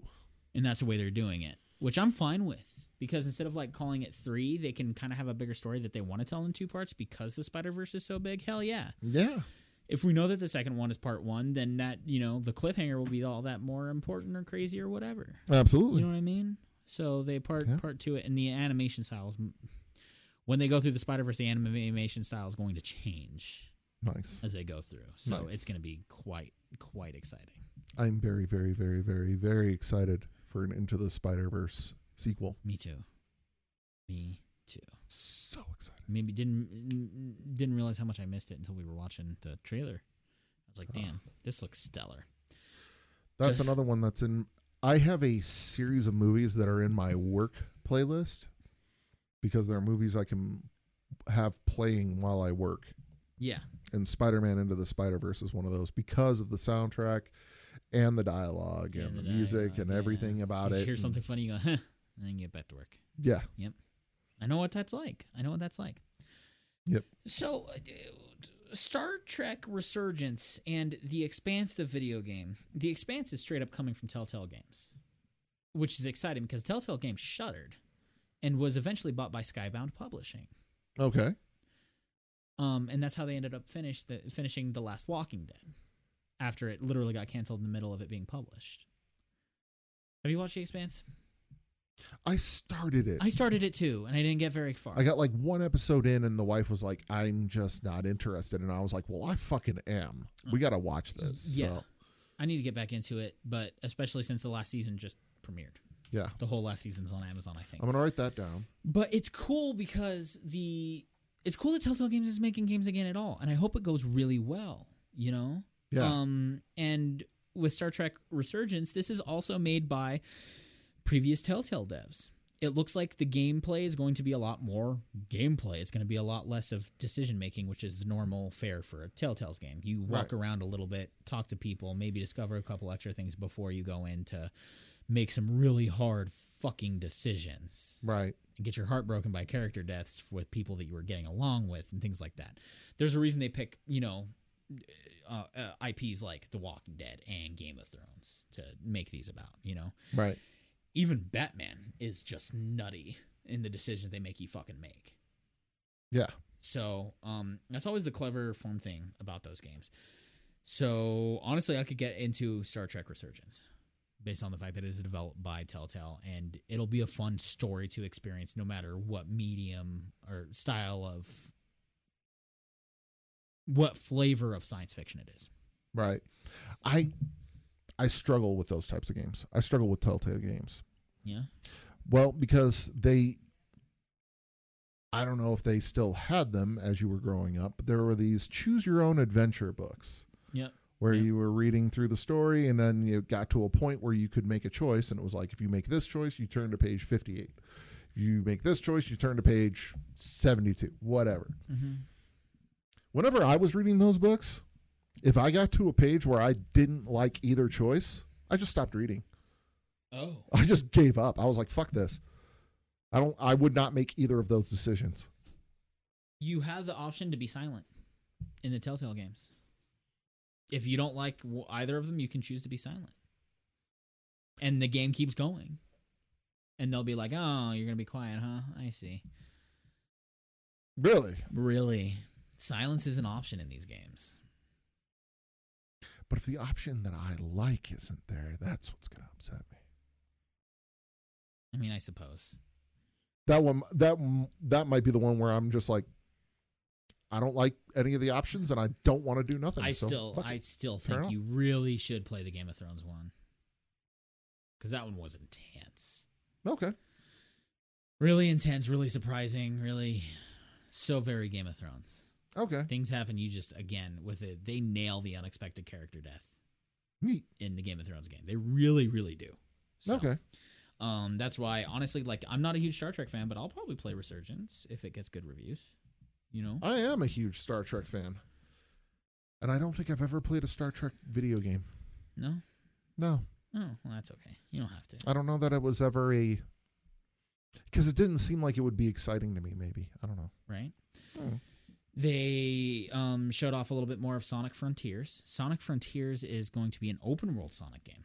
A: and that's the way they're doing it, which I'm fine with because instead of like calling it three, they can kind of have a bigger story that they want to tell in two parts because the Spider Verse is so big. Hell yeah!
B: Yeah.
A: If we know that the second one is Part One, then that you know the cliffhanger will be all that more important or crazy or whatever.
B: Absolutely.
A: You know what I mean? So they part
B: Yeah.
A: part two it, and the animation styles. When they go through the Spider Verse, the animation style is going to change
B: nice.
A: as they go through. So
B: Nice.
A: it's going to be quite quite exciting.
B: I'm very, very, very, very, very excited for an Into the Spider Verse sequel.
A: Me too. Me too.
B: So excited.
A: Maybe didn't n- didn't realize how much I missed it until we were watching the trailer. I was like,
B: Ah.
A: damn, this looks stellar.
B: That's
A: So-
B: another one that's in. I have a series of movies that are in my work playlist because there are movies I can have playing while I work.
A: Yeah.
B: And Spider Man Into the Spider Verse is one of those because of the soundtrack and the dialogue
A: Yeah,
B: and the,
A: the
B: music
A: dialogue,
B: and
A: yeah.
B: everything about
A: you
B: it. Mm.
A: hear
B: and-
A: something funny, you go, huh, and then you get back to work.
B: Yeah.
A: I know what that's like. I know what that's like.
B: Yep.
A: So, uh, Star Trek Resurgence and The Expanse, the video game. The Expanse is straight up coming from Telltale Games, which is exciting because Telltale Games shuttered and was eventually bought by Skybound Publishing.
B: Okay.
A: Um, and that's how they ended up finish the, finishing The Last Walking Dead after it literally got canceled in the middle of it being published. Have you watched The Expanse?
B: I started it.
A: I started it too, and I didn't get very far.
B: I got like one episode in, and the wife was like, "I'm just not interested," and I was like, "Well, I fucking am. We gotta watch this."
A: yeah,
B: So,
A: I need to get back into it, but especially since the last season just premiered.
B: yeah.
A: The whole last season's on Amazon, I think.
B: I'm gonna write that down.
A: But it's cool because the it's cool that Telltale Games is making games again at all, and I hope it goes really well. You know,
B: Yeah.
A: Um, and with Star Trek Resurgence, this is also made by previous Telltale devs. It looks like the gameplay is going to be a lot more gameplay. It's going to be a lot less of decision making, which is the normal fare for a Telltale's game. You walk
B: Right.
A: around a little bit, talk to people, maybe discover a couple extra things before you go in to make some really hard fucking decisions
B: right.
A: and get your heart broken by character deaths with people that you were getting along with and things like that. There's a reason they pick, you know, uh, uh, IPs like The Walking Dead and Game of Thrones to make these about, you know.
B: Right.
A: Even Batman is just nutty in the decisions they make you fucking make.
B: Yeah.
A: So um, that's always the clever fun thing about those games. So honestly, I could get into Star Trek Resurgence based on the fact that it is developed by Telltale, and it'll be a fun story to experience no matter what medium or style of what flavor of science fiction it is.
B: Right. I I struggle with those types of games. I struggle with Telltale games.
A: Yeah.
B: Well, because they I don't know if they still had them as you were growing up, but there were these choose your own adventure books
A: Yep.
B: where
A: Yeah.
B: you were reading through the story and then you got to a point where you could make a choice and it was like if you make this choice, you turn to page 58. If you make this choice, you turn to page 72, whatever.
A: Mm-hmm.
B: whenever I was reading those books, if I got to a page where I didn't like either choice, I just stopped reading.
A: Oh.
B: I just gave up. I was like, fuck this. I don't I would not make either of those decisions.
A: You have the option to be silent in the Telltale games. If you don't like w- either of them, you can choose to be silent. And the game keeps going. And they'll be like, oh, you're going to be quiet, huh? I see.
B: Really?
A: Really? Silence is an option in these games.
B: But if the option that I like isn't there, that's what's going to upset me.
A: I mean, I suppose.
B: That one that m- that might be the one where I'm just like I don't like any of the options and I don't want to do nothing.
A: I
B: so
A: still
B: fuck
A: I
B: it.
A: still
B: Fair
A: think
B: enough.
A: you really should play the Game of Thrones one. Cuz that one was intense.
B: Okay.
A: Really intense, really surprising, really so very Game of Thrones.
B: Okay.
A: things happen you just again with it they nail the unexpected character death
B: Neat.
A: in the game of thrones game they really really do so,
B: Okay.
A: um that's why honestly like i'm not a huge star trek fan but i'll probably play resurgence if it gets good reviews you know
B: I am a huge Star Trek fan. And I don't think I've ever played a Star Trek video game.
A: no
B: No,
A: oh well that's okay you don't have to
B: I don't know that it was ever a. Because it didn't seem like it would be exciting to me, maybe. I don't know.
A: right
B: Hmm.
A: they um showed off a little bit more of sonic frontiers sonic frontiers is going to be an open world sonic game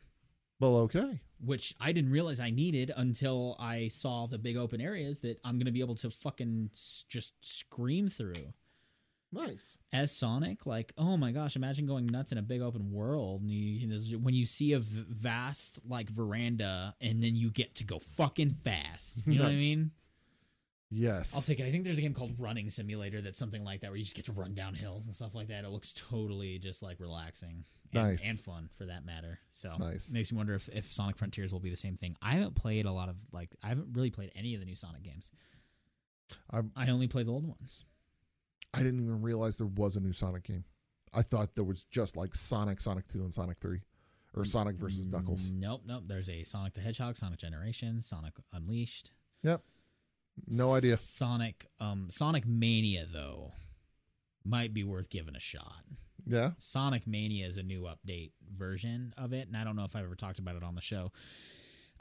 B: Well, okay.
A: which I didn't realize I needed until I saw the big open areas that I'm going to be able to fucking s- just scream through.
B: Nice.
A: As Sonic, like, oh my gosh, imagine going nuts in a big open world. And you, you know, when you see a v- vast, like, veranda, and then you get to go fucking fast. You know what I
B: Nice.
A: mean?
B: Yes.
A: I'll take it. I think there's a game called Running Simulator that's something like that where you just get to run down hills and stuff like that. It looks totally just like relaxing and,
B: Nice.
A: and fun for that matter. So
B: Nice.
A: makes me wonder if, if Sonic Frontiers will be the same thing. I haven't played a lot of like I haven't really played any of the new Sonic games.
B: I'm-
A: I only play the old ones.
B: I didn't even realize there was a new Sonic game. I thought there was just like Sonic, Sonic 2, and Sonic 3. Or Sonic versus Knuckles.
A: Mm, Nope, nope. There's a Sonic the Hedgehog, Sonic Generations, Sonic Unleashed.
B: No idea.
A: Sonic um Sonic Mania though might be worth giving a shot.
B: Yeah.
A: Sonic Mania is a new update version of it, and I don't know if I've ever talked about it on the show.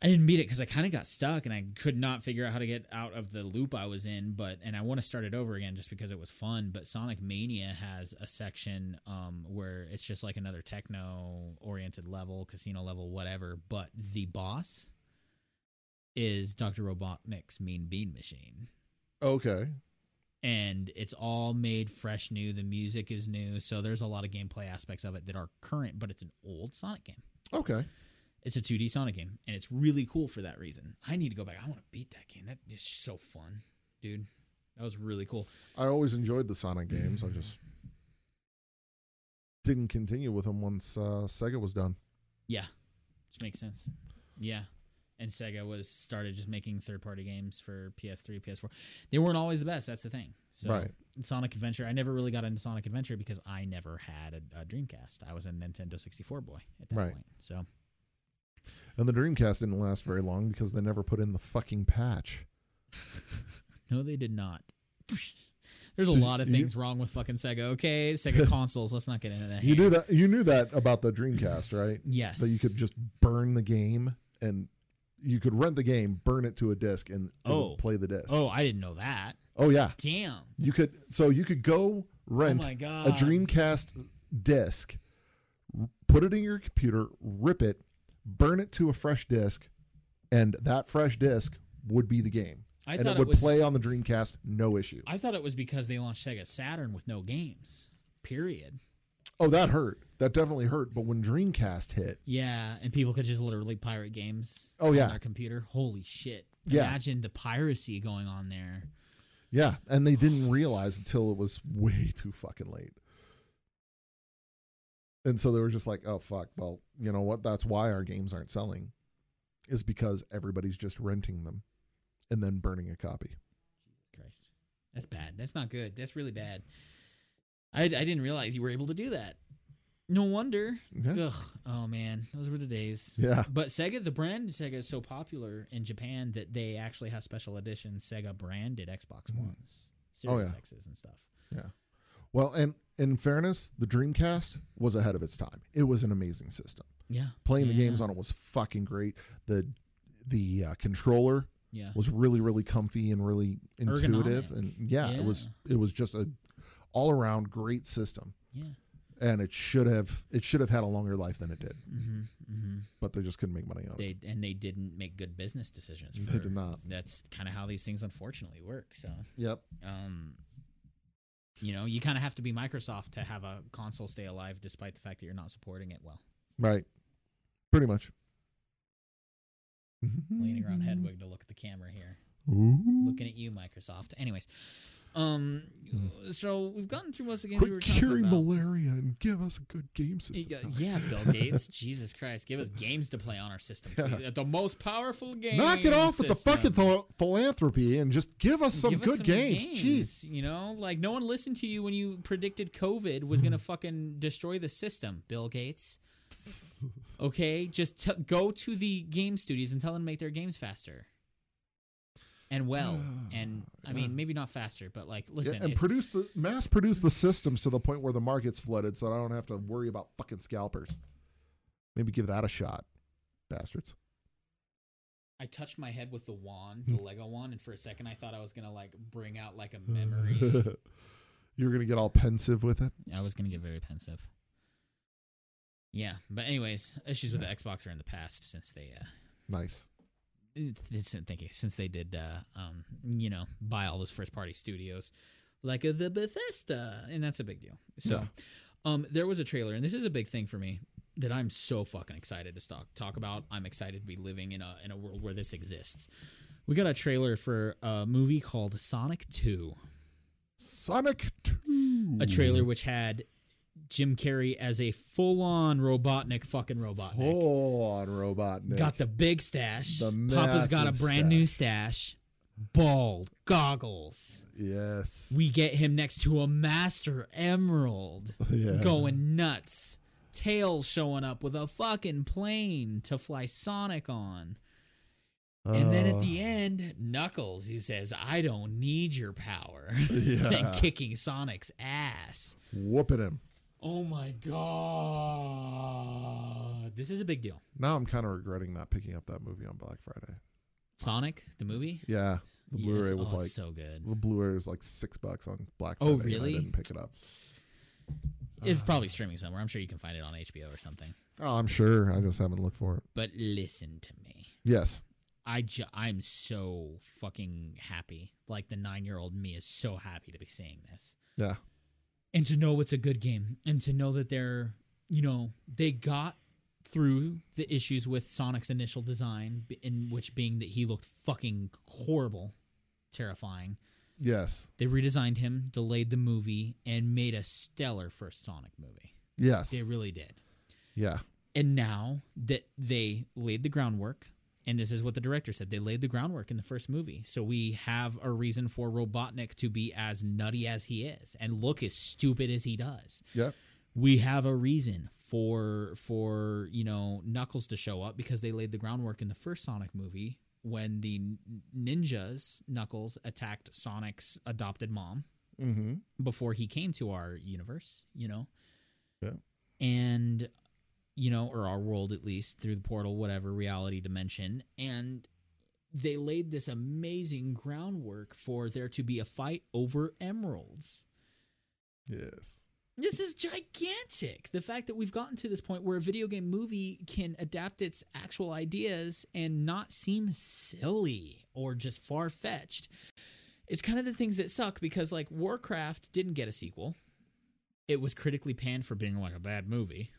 A: I didn't beat it because I kind of got stuck and I could not figure out how to get out of the loop I was in. But and I want to start it over again just because it was fun. But Sonic Mania has a section um, where it's just like another techno-oriented level, casino level, whatever. But the boss is Doctor Robotnik's Mean Bean Machine
B: Okay.
A: and it's all made fresh new. The music is new, so there's a lot of gameplay aspects of it that are current, but it's an old Sonic game.
B: Okay.
A: It's a 2D Sonic game, and it's really cool for that reason. I need to go back. I want to beat that game. That is so fun, dude. That was really cool.
B: I always enjoyed the Sonic games. I just didn't continue with them once uh, Sega was done.
A: Yeah, which makes sense. Yeah, and Sega was started just making third party games for PS3, PS4. They weren't always the best. That's the thing. So
B: Right.
A: Sonic Adventure. I never really got into Sonic Adventure because I never had a, a Dreamcast. I was a Nintendo 64 boy at that
B: Right.
A: point. So
B: And the Dreamcast didn't last very long because they never put in the fucking patch.
A: no, they did not. There's a
B: Did
A: lot of
B: you-
A: things wrong with fucking Sega. Okay, Sega consoles. Let's not get into that.
B: You knew that you knew that about the Dreamcast, right?
A: Yes.
B: That you could just burn the game and you could rent the game, burn it to a disc and, and
A: Oh.
B: play the disc.
A: Oh, I didn't know that.
B: Oh, yeah.
A: Damn.
B: You could so you could
A: Oh
B: go rent
A: my god.
B: a Dreamcast disc, r- put it in your computer, rip it, burn it to a fresh disc, and that fresh disc would be the game.
A: I
B: and
A: thought
B: it
A: it,
B: would
A: was,
B: play on the Dreamcast, no issue.
A: I thought it was because they launched Sega Saturn with no games. Period.
B: Oh, that hurt. That definitely hurt. But when Dreamcast hit,
A: Yeah, and people could just literally pirate games.
B: Oh, yeah.
A: on their computer. Holy shit!
B: Yeah.
A: Imagine the piracy going on there.
B: yeah, and they didn't realize until it was way too fucking late. And so they were just like, "Oh fuck, well, you know what? That's why our games aren't selling, is because everybody's just renting them, and then burning a copy."
A: Christ, that's bad. That's not good. That's really bad. I I didn't realize you were able to do that. No wonder.
B: Yeah.
A: Ugh. Oh man, those were the days.
B: Yeah.
A: But Sega, the brand Sega is so popular in Japan that they actually have special edition Sega branded Xbox Ones,
B: Oh,
A: Series
B: yeah.
A: X's and stuff.
B: Well, and in fairness, the Dreamcast was ahead of its time. It was an amazing system.
A: Yeah.
B: Playing the
A: Yeah.
B: games on it was fucking great. The the uh, controller
A: Yeah.
B: was really really comfy and really intuitive,
A: Ergonomic.
B: and yeah, it was it was just a all around great system.
A: Yeah.
B: And it should have it should have had a longer life than it did,
A: Mm-hmm. Mm-hmm.
B: but they just couldn't make money on it.
A: They and they didn't make good business decisions.
B: Oh. They,
A: for-
B: did not.
A: That's kind of how these things unfortunately work. So,
B: Yep.
A: um, you know, you kind of have to be Microsoft to have a console stay alive, despite the fact that you're not supporting it well.
B: Right. Pretty much.
A: Leaning
B: Mm-hmm.
A: around Hedwig to look at the camera here,
B: Ooh.
A: looking at you, Microsoft. Anyways, um, so we've gotten through most of the games we were
B: Hmm. Quit
A: talking
B: curing
A: about.
B: malaria and give us a good game system.
A: Yeah, yeah, Bill Gates. Jesus Christ, give us games to play on our system.
B: Yeah.
A: please. The most powerful game.
B: Knock it off with the
A: system.
B: fucking phil- philanthropy and just give us some
A: Give us
B: good games. Jeez.
A: You know, like no one listened to you when you predicted COVID was
B: Hmm.
A: going to fucking destroy the system, Bill Gates. Okay, just t- go to the game studios and tell them to make their games faster. And well, and I mean, maybe not faster, but like, listen,
B: Yeah, and
A: it's-
B: produce the mass produce the systems to the point where the market's flooded, so I don't have to worry about fucking scalpers. Maybe give that a shot, bastards.
A: I touched my head with the wand, the Lego wand, and for a second I thought I was gonna like bring out like a memory.
B: You're gonna get all pensive with it.
A: I was gonna get very pensive. Yeah, but anyways, issues with the Xbox are in the past since they uh,
B: Nice.
A: it's- thank you. Since they did, uh, um, you know, buy all those first party studios, like uh, the Bethesda, and that's a big deal. So,
B: Yeah.
A: um, there was a trailer, and this is a big thing for me that I'm so fucking excited to talk talk about. I'm excited to be living in a in a world where this exists. We got a trailer for a movie called Sonic Two,
B: Sonic Two.
A: a trailer which had Jim Carrey as a full on Robotnik, fucking Robotnik.
B: Full on robot.
A: Got the big stash.
B: The
A: Papa's got a
B: massive
A: brand new stash. Bald goggles.
B: yes.
A: We get him next to a master emerald
B: yeah.
A: going nuts. Tails showing up with a fucking plane to fly Sonic on. And then
B: Uh,
A: at the end, Knuckles, who says, I don't need your power.
B: Yeah.
A: and kicking Sonic's ass.
B: whooping him.
A: Oh my God. This is a big deal.
B: Now I'm kind of regretting not picking up that movie on Black Friday.
A: Sonic, the movie?
B: Yeah, the
A: Yes.
B: Blu-ray was
A: Oh,
B: like
A: so good.
B: the Blu-ray was like six bucks on Black Friday.
A: Oh,
B: and
A: really?
B: I didn't pick it up.
A: It's probably streaming somewhere. I'm sure you can find it on HBO or something.
B: Oh, I'm sure. I just haven't looked for it.
A: But listen to me.
B: Yes.
A: I ju- I'm so fucking happy. Like the nine year old me is so happy to be seeing this
B: Yeah.
A: and to know it's a good game and to know that they're you know they got through the issues with Sonic's initial design, b- in which being that he looked fucking horrible, terrifying.
B: Yes.
A: They redesigned him, delayed the movie, and made a stellar first Sonic movie.
B: Yes.
A: They really did.
B: Yeah.
A: And now that they laid the groundwork, and this is what the director said, they laid the groundwork in the first movie. So we have a reason for Robotnik to be as nutty as he is and look as stupid as he does.
B: Yep.
A: We have a reason for for, you know, Knuckles to show up because they laid the groundwork in the first Sonic movie when the n- ninjas Knuckles attacked Sonic's adopted mom
B: Mm-hmm.
A: before he came to our universe, you know?
B: Yeah.
A: And, you know, or our world at least, through the portal, whatever reality dimension. And they laid this amazing groundwork for there to be a fight over emeralds.
B: Yes.
A: This is gigantic. The fact that we've gotten to this point where a video game movie can adapt its actual ideas and not seem silly or just far fetched. It's kind of the things that suck because, like, Warcraft didn't get a sequel. It was critically panned for being like a bad movie.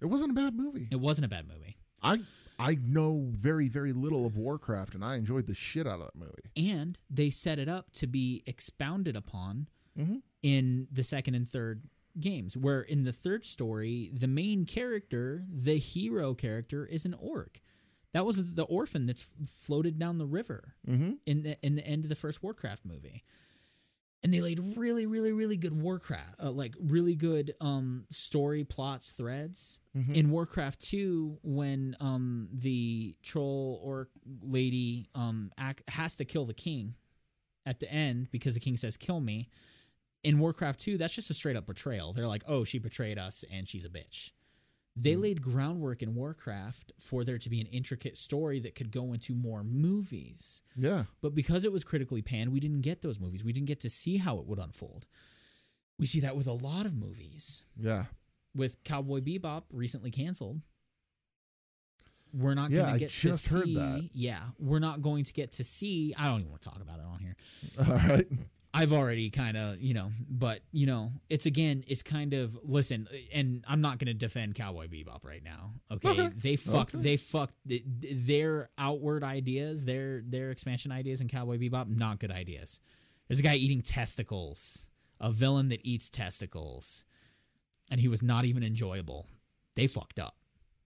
B: It wasn't a bad movie.
A: It wasn't a bad movie.
B: I I know very very little of Warcraft, and I enjoyed the shit out of that movie.
A: And they set it up to be expounded upon
B: Mhm.
A: in the second and third games, where in the third story, the main character, the hero character, is an orc. That was the orphan that's floated down the river
B: Mm-hmm.
A: in the in the end of the first Warcraft movie. And they laid really, really, really good Warcraft, uh, like really good um, story plots threads
B: Mhm.
A: in Warcraft Two. When um, the troll orc lady um, ac- has to kill the king at the end because the king says "kill me," in Warcraft Two, that's just a straight up betrayal. They're like, "Oh, she betrayed us, and she's a bitch." They laid groundwork in Warcraft for there to be an intricate story that could go into more movies.
B: Yeah.
A: But because it was critically panned, we didn't get those movies. We didn't get to see how it would unfold. We see that with a lot of movies.
B: Yeah.
A: With Cowboy Bebop recently canceled, we're not
B: Yeah,
A: going
B: I
A: to get
B: just
A: to
B: heard
A: see.
B: that.
A: Yeah, we're not going to get to see. I don't even want to talk about it on here.
B: All right.
A: I've already kind of, you know, but you know, it's again, it's kind of listen, and I'm not going to defend Cowboy Bebop right now. Okay,
B: Okay.
A: they fucked,
B: Okay.
A: they fucked th- th- their outward ideas, their their expansion ideas in Cowboy Bebop, not good ideas. There's a guy eating testicles, a villain that eats testicles, and he was not even enjoyable. They fucked up.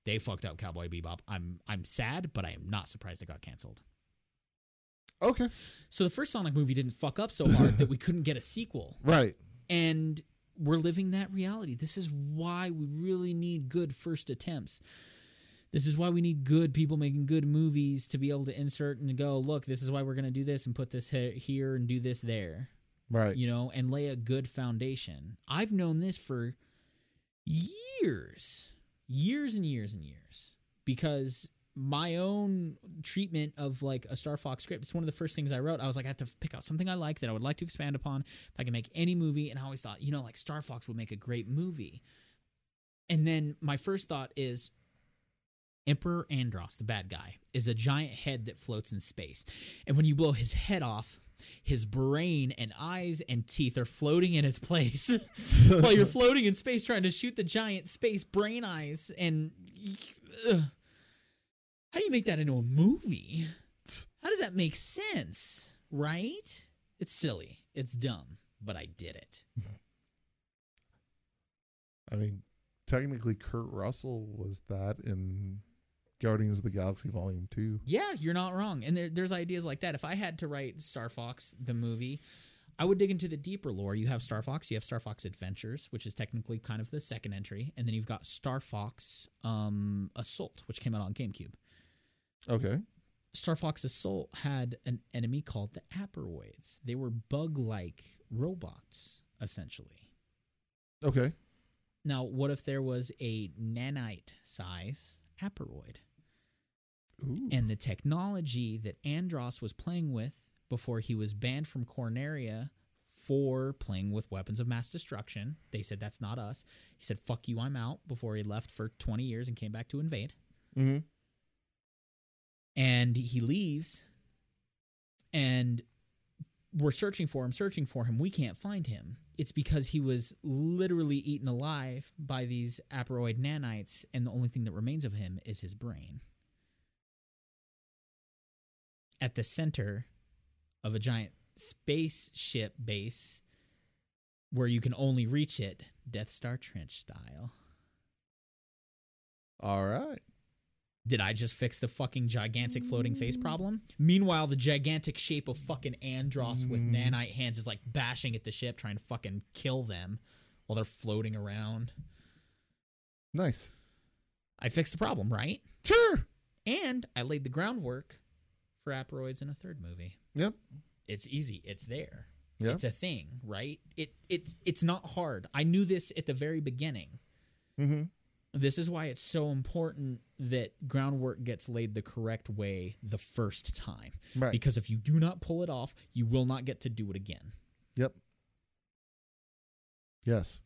A: They fucked up Cowboy Bebop. I'm I'm sad, but I am not surprised it got canceled.
B: Okay.
A: So the first Sonic movie didn't fuck up so hard that we couldn't get a sequel
B: Right.
A: and we're living that reality. This is why we really need good first attempts. This is why we need good people making good movies to be able to insert and go, look, this is why we're going to do this and put this he- here and do this there,
B: Right.
A: you know, and lay a good foundation. I've known this for years, years and years and years because my own treatment of like a Star Fox script, it's one of the first things I wrote. I was like, I have to pick out something I like that I would like to expand upon if I can make any movie. And I always thought, you know, like Star Fox would make a great movie. And then my first thought is Emperor Andros, the bad guy, is a giant head that floats in space. And when you blow his head off, his brain and eyes and teeth are floating in its place while you're floating in space trying to shoot the giant space brain eyes and ugh. how do you make that into a movie how does that make sense right it's silly it's dumb but i did it
B: I mean, technically, Kurt Russell was that in Guardians of the Galaxy Volume Two.
A: yeah you're not wrong and there, there's ideas like that if i had to write star fox the movie i would dig into the deeper lore you have star fox you have star fox adventures which is technically kind of the second entry and then you've got star fox um, assault which came out on gamecube
B: Okay.
A: Star Fox Assault had an enemy called the Aperoids. They were bug like robots, essentially.
B: Okay.
A: Now, what if there was a nanite size Aperoid?
B: Ooh.
A: And the technology that Andros was playing with before he was banned from Corneria for playing with weapons of mass destruction, they said, That's not us. He said, Fuck you, I'm out, before he left for 20 years and came back to invade.
B: Mm-hmm.
A: and he leaves and we're searching for him, searching for him. We can't find him. It's because he was literally eaten alive by these aperoid nanites, and the only thing that remains of him is his brain. At the center of a giant spaceship base where you can only reach it Death Star Trench style.
B: All right.
A: Did I just fix the fucking gigantic floating face problem? Meanwhile, the gigantic shape of fucking Andros with
B: Mm.
A: nanite hands is like bashing at the ship, trying to fucking kill them while they're floating around.
B: Nice.
A: I fixed the problem, right?
B: Sure.
A: And I laid the groundwork for Aperoids in a third movie.
B: Yep.
A: It's easy. It's there.
B: Yeah.
A: It's a thing, right? It it's it's not hard. I knew this at the very beginning.
B: Mm-hmm.
A: This is why it's so important that groundwork gets laid the correct way the first time.
B: Right.
A: Because if you do not pull it off, you will not get to do it again.
B: Yep. Yes.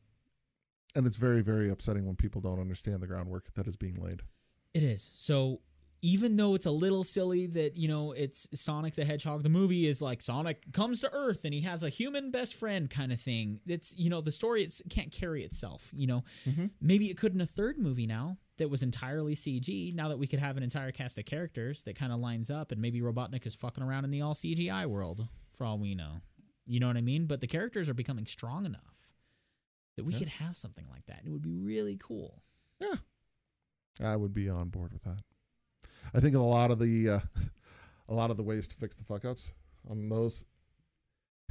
B: And it's very, very upsetting when people don't understand the groundwork that is being laid.
A: It is. So even though it's a little silly that, you know, it's Sonic the Hedgehog, the movie is like Sonic comes to Earth and he has a human best friend kind of thing. It's, you know, the story it's, can't carry itself, you know.
B: Mhm.
A: Maybe it could in a third movie now that was entirely CG, now that we could have an entire cast of characters that kind of lines up and maybe Robotnik is fucking around in the all CGI world for all we know. You know what I mean? But the characters are becoming strong enough that we
B: Yeah.
A: could have something like that. It would be really cool.
B: I would be on board with that. I think a lot of the uh, a lot of the ways to fix the fuck ups on those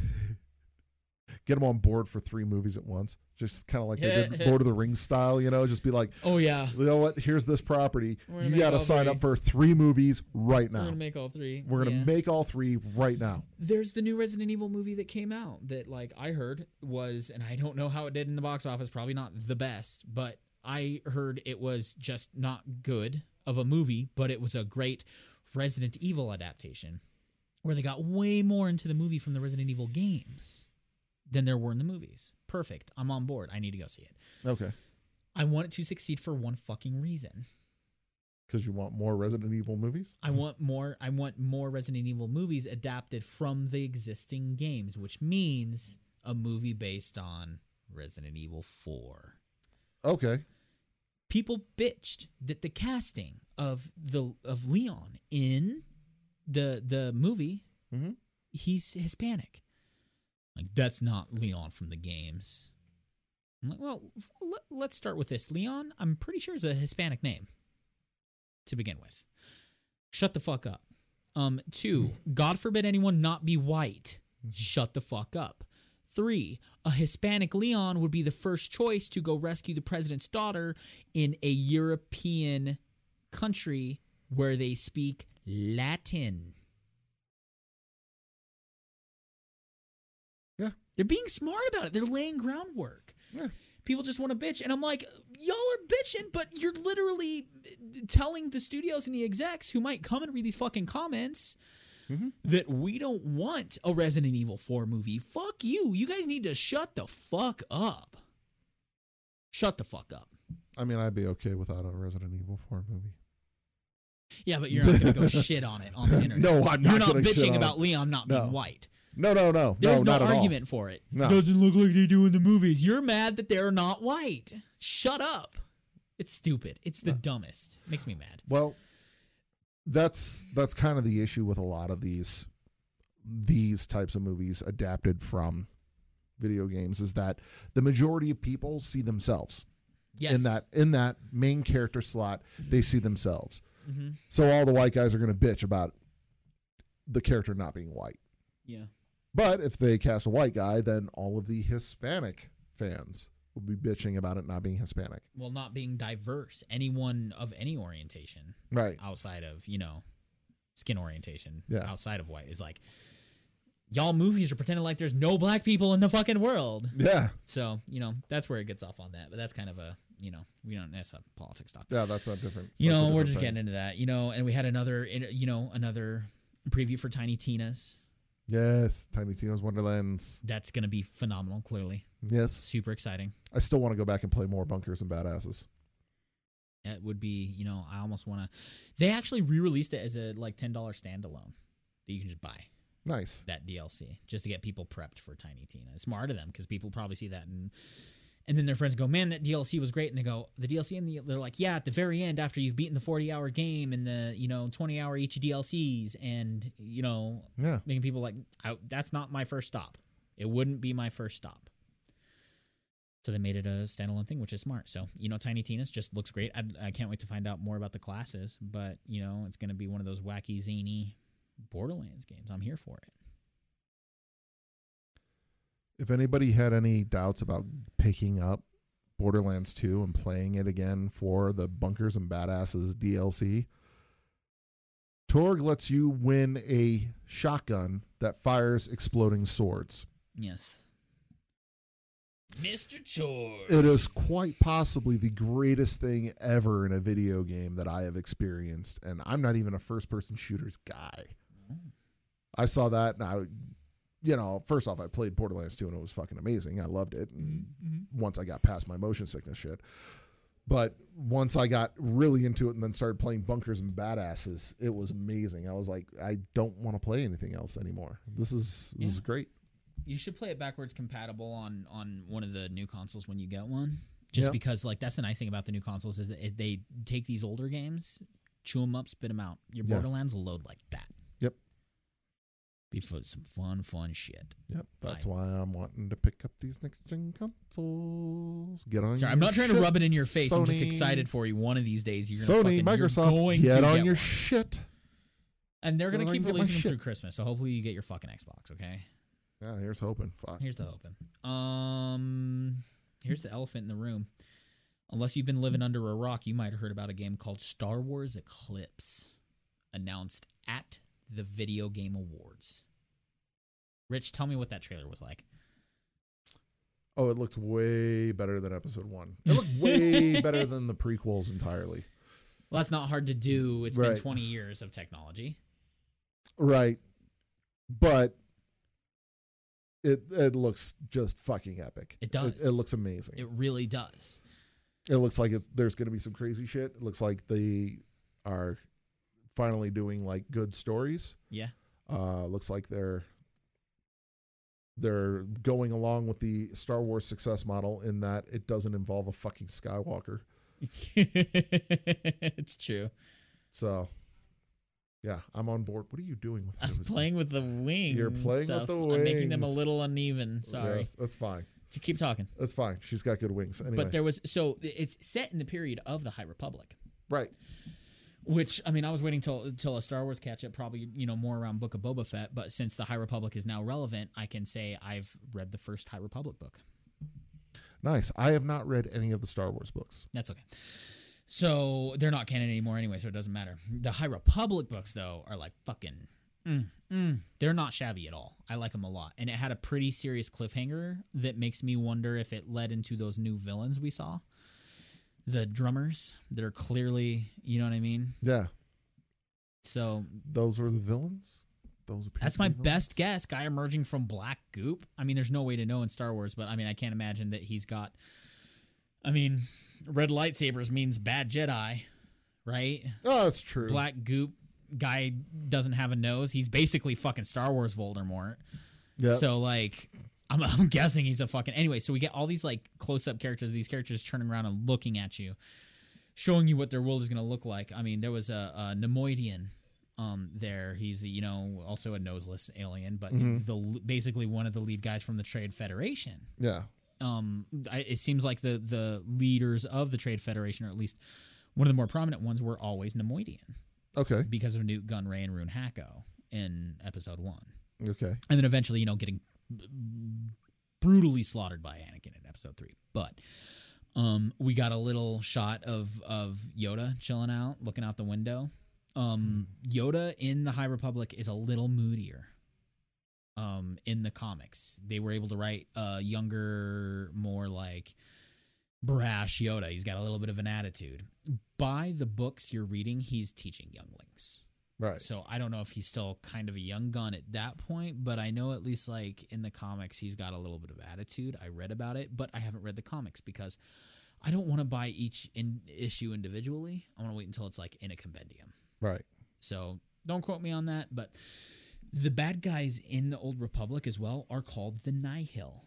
B: get them on board for three movies at once. Just kind of like they did Lord of the Rings style, you know, just be like,
A: Oh yeah.
B: you know what? Here's this property.
A: We're gonna
B: You
A: make
B: got to
A: all
B: sign
A: three.
B: up for three movies right
A: We're
B: now.
A: gonna make all three.
B: We're gonna
A: Yeah.
B: make all three right now.
A: There's the new Resident Evil movie that came out that like I heard was, and I don't know how it did in the box office. Probably not the best, but I heard it was just not good of a movie, but it was a great Resident Evil adaptation, where they got way more into the movie from the Resident Evil games than there were in the movies. Perfect. I'm on board. I need to go see it.
B: Okay,
A: I want it to succeed for one fucking reason.
B: because you want more Resident Evil movies.
A: I want more. I want more Resident Evil movies adapted from the existing games, which means a movie based on Resident Evil Four.
B: Okay,
A: People bitched that the casting of the of Leon in the the movie
B: Mhm.
A: he's Hispanic. Like that's not Leon from the games. I'm like, well, f- let- let's start with this. Leon, I'm pretty sure is a Hispanic name to begin with. Shut the fuck up. Um, two, God forbid anyone not be white. Shut the fuck up. Three, a Hispanic Leon would be the first choice to go rescue the president's daughter in a European country where they speak Latin.
B: Yeah.
A: They're being smart about it. They're laying groundwork.
B: Yeah.
A: People just want to bitch. And I'm like, y'all are bitching, but you're literally uh, telling the studios and the execs who might come and read these fucking comments
B: Mm-hmm.
A: that we don't want a Resident Evil 4 movie. Fuck you. You guys need to shut the fuck up. Shut the fuck up.
B: I mean, I'd be okay without a Resident Evil Four movie.
A: Yeah, but you're not going to go shit on it on the internet.
B: No, I'm not
A: You're not
B: gonna shit on
A: bitching
B: it.
A: about Leon not
B: No.
A: being white.
B: No, no, no,
A: There's no,
B: no, not at all.
A: argument for it.
B: No.
A: Doesn't look like they do in the movies. You're mad that they're not white. Shut up. It's stupid. It's the dumbest. Makes me mad.
B: Well, that's that's kind of the issue with a lot of these these types of movies adapted from video games is that the majority of people see themselves
A: Yes.
B: in that in that main character slot. They see themselves.
A: Mhm.
B: So all the white guys are going to bitch about the character not being white.
A: Yeah.
B: But if they cast a white guy, then all of the Hispanic fans will be bitching about it not being Hispanic.
A: Well, not being diverse. Anyone of any orientation.
B: Right.
A: outside of you know skin orientation
B: Yeah.
A: outside of white is like y'all movies are pretending like there's no black people in the fucking world
B: Yeah.
A: so you know that's where it gets off on that but that's kind of a you know we don't that's a politics talk
B: Yeah, that's not different.
A: you
B: That's a
A: know we're
B: different
A: just
B: thing.
A: getting into that you know and we had another you know another preview for tiny tina's
B: Yes, Tiny Tina's Wonderlands.
A: that's gonna be phenomenal clearly
B: Yes.
A: super exciting
B: I still want to go back and play more Bunkers and Badasses.
A: it would be you know i almost want to they actually re-released it as a like $10 standalone that you can just buy
B: Nice.
A: that DLC just to get people prepped for Tiny Tina. It's smart of them because people probably see that and and then their friends go, "Man, that DLC was great." And they go, "The DLC," and the, they're like, "Yeah, at the very end, after you've beaten the forty-hour game and the you know twenty-hour each DLCs, and you know
B: Yeah.
A: making people like, I, that's not my first stop. It wouldn't be my first stop." So they made it a standalone thing, which is smart. So you know, Tiny Tina's just looks great. I, I can't wait to find out more about the classes, but you know, it's gonna be one of those wacky, zany Borderlands games. I'm here for it.
B: If anybody had any doubts about picking up Borderlands 2 and playing it again for the Bunkers and Badasses DLC, Torg lets you win a shotgun that fires exploding swords.
A: Yes. Mr. Chor.
B: It is quite possibly the greatest thing ever in a video game that I have experienced, and I'm not even a first person shooters guy. I saw that and I, you know, first off, I played Borderlands 2 and it was fucking amazing. I loved it. And once I got past my motion sickness shit. But once I got really into it and then started playing Bunkers and Badasses, it was amazing. I was like, I don't want to play anything else anymore. This is this is
A: Yeah.
B: great.
A: You should play it backwards compatible on on one of the new consoles when you get one. Just
B: Yeah.
A: because like that's the nice thing about the new consoles is that it, they take these older games, chew them up, spit them out. Your
B: Yeah.
A: Borderlands will load like that.
B: Yep.
A: Be for some fun fun shit.
B: Yep, that's why I'm wanting to pick up these next gen consoles. Get on.
A: Sorry,
B: your
A: I'm not trying to
B: shit,
A: rub it in your face. I'm just
B: Sony.
A: excited for you. One of these days, you're gonna
B: Sony,
A: fucking, you're
B: Microsoft,
A: going
B: get
A: to
B: on
A: get one.
B: your shit.
A: and they're
B: so
A: gonna keep
B: I can get my
A: releasing them
B: shit.
A: through Christmas. So hopefully you get your fucking Xbox. Okay.
B: Yeah, here's hoping. Fuck.
A: Here's the hoping. Um, here's the elephant in the room. Unless you've been living under a rock, you might have heard about a game called Star Wars Eclipse, announced at the Video Game Awards. Rich, tell me what that trailer was like.
B: Oh, it looked way better than episode one. It looked way better than the prequels entirely.
A: Well, that's not hard to do. It's
B: Right.
A: been 20 years of technology.
B: Right. But it it looks just fucking epic.
A: It does.
B: It, it looks amazing.
A: It really does.
B: It looks like it's, there's going to be some crazy shit. It looks like they are finally doing like good stories.
A: Yeah.
B: Uh, looks like they're they're going along with the Star Wars success model in that it doesn't involve a fucking Skywalker.
A: it's true.
B: So, yeah, I'm on board. What are you doing with
A: I'm playing with the wings.
B: playing with
A: stuff.
B: the
A: I'm making them a
B: wings.
A: little uneven. Sorry.
B: Yes, that's fine.
A: Just Keep talking.
B: That's fine. She's got good wings. Anyway,
A: But there was so it's set in the period of the High Republic,
B: right.
A: which I mean, I was waiting till till a Star Wars catch up, probably you know more around Book of Boba Fett. But since the High Republic is now relevant, I can say I've read the first High Republic book.
B: Nice. I have not read any of the Star Wars books.
A: That's okay. So they're not canon anymore anyway, so it doesn't matter. The High Republic books though are like fucking. Mm, mm. They're not shabby at all. I like them a lot, and it had a pretty serious cliffhanger that makes me wonder if it led into those new villains we saw, the drummers that are clearly, you know what I mean.
B: Yeah,
A: So
B: those were the villains. Those appear
A: that's
B: to be
A: my
B: villains?
A: best guess. Guy emerging from black goop. I mean, there's no way to know in Star Wars, but I mean, I can't imagine that he's got. I mean, red lightsabers means bad Jedi, right?
B: Oh, that's true.
A: Black goop guy doesn't have a nose. He's basically fucking Star Wars Voldemort.
B: Yeah.
A: So like, I'm, I'm guessing he's a fucking anyway. So we get all these like close up characters. These characters turning around and looking at you, showing you what their world is going to look like. I mean, there was a, a Nemoidian um, there. He's you know also a noseless alien, but
B: Mhm.
A: the basically one of the lead guys from the Trade Federation
B: yeah.
A: um, I, it seems like the the leaders of the Trade Federation, or at least one of the more prominent ones, were always Nemoidian
B: Okay.
A: because of Newt Gunray and Rune Hacko in Episode One,
B: Okay.
A: and then eventually, you know, getting b- brutally slaughtered by Anakin in Episode Three. But um, we got a little shot of of Yoda chilling out, looking out the window. Um, Yoda in the High Republic is a little moodier. Um, in the comics, they were able to write a younger, more like brash Yoda. He's got a little bit of an attitude. By the books you're reading, he's teaching younglings.
B: Right.
A: So I don't know if he's still kind of a young gun at that point, but I know at least like in the comics he's got a little bit of attitude. I read about it, but I haven't read the comics because I don't want to buy each in- issue individually. I want to wait until it's like in a compendium.
B: Right.
A: So don't quote me on that, but the bad guys in the Old Republic as well are called the Nihil.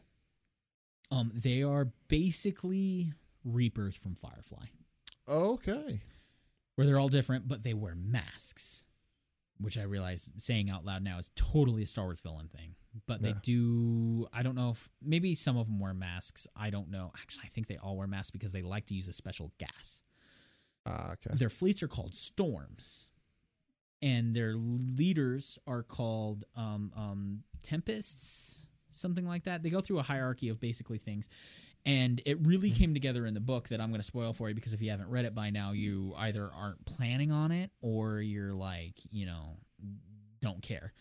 A: Um, they are basically Reapers from Firefly,
B: Okay.
A: where they're all different, but they wear masks, which I realize saying out loud now is totally a Star Wars villain thing. But they
B: Yeah.
A: do, I don't know if maybe some of them wear masks. I don't know. Actually, I think they all wear masks because they like to use a special gas.
B: Ah, okay.
A: Their fleets are called storms, and their leaders are called um, um, tempests, something like that. They go through a hierarchy of basically things, and it really came together in the book that I'm going to spoil for you because if you haven't read it by now, you either aren't planning on it or you're like, you know, don't care.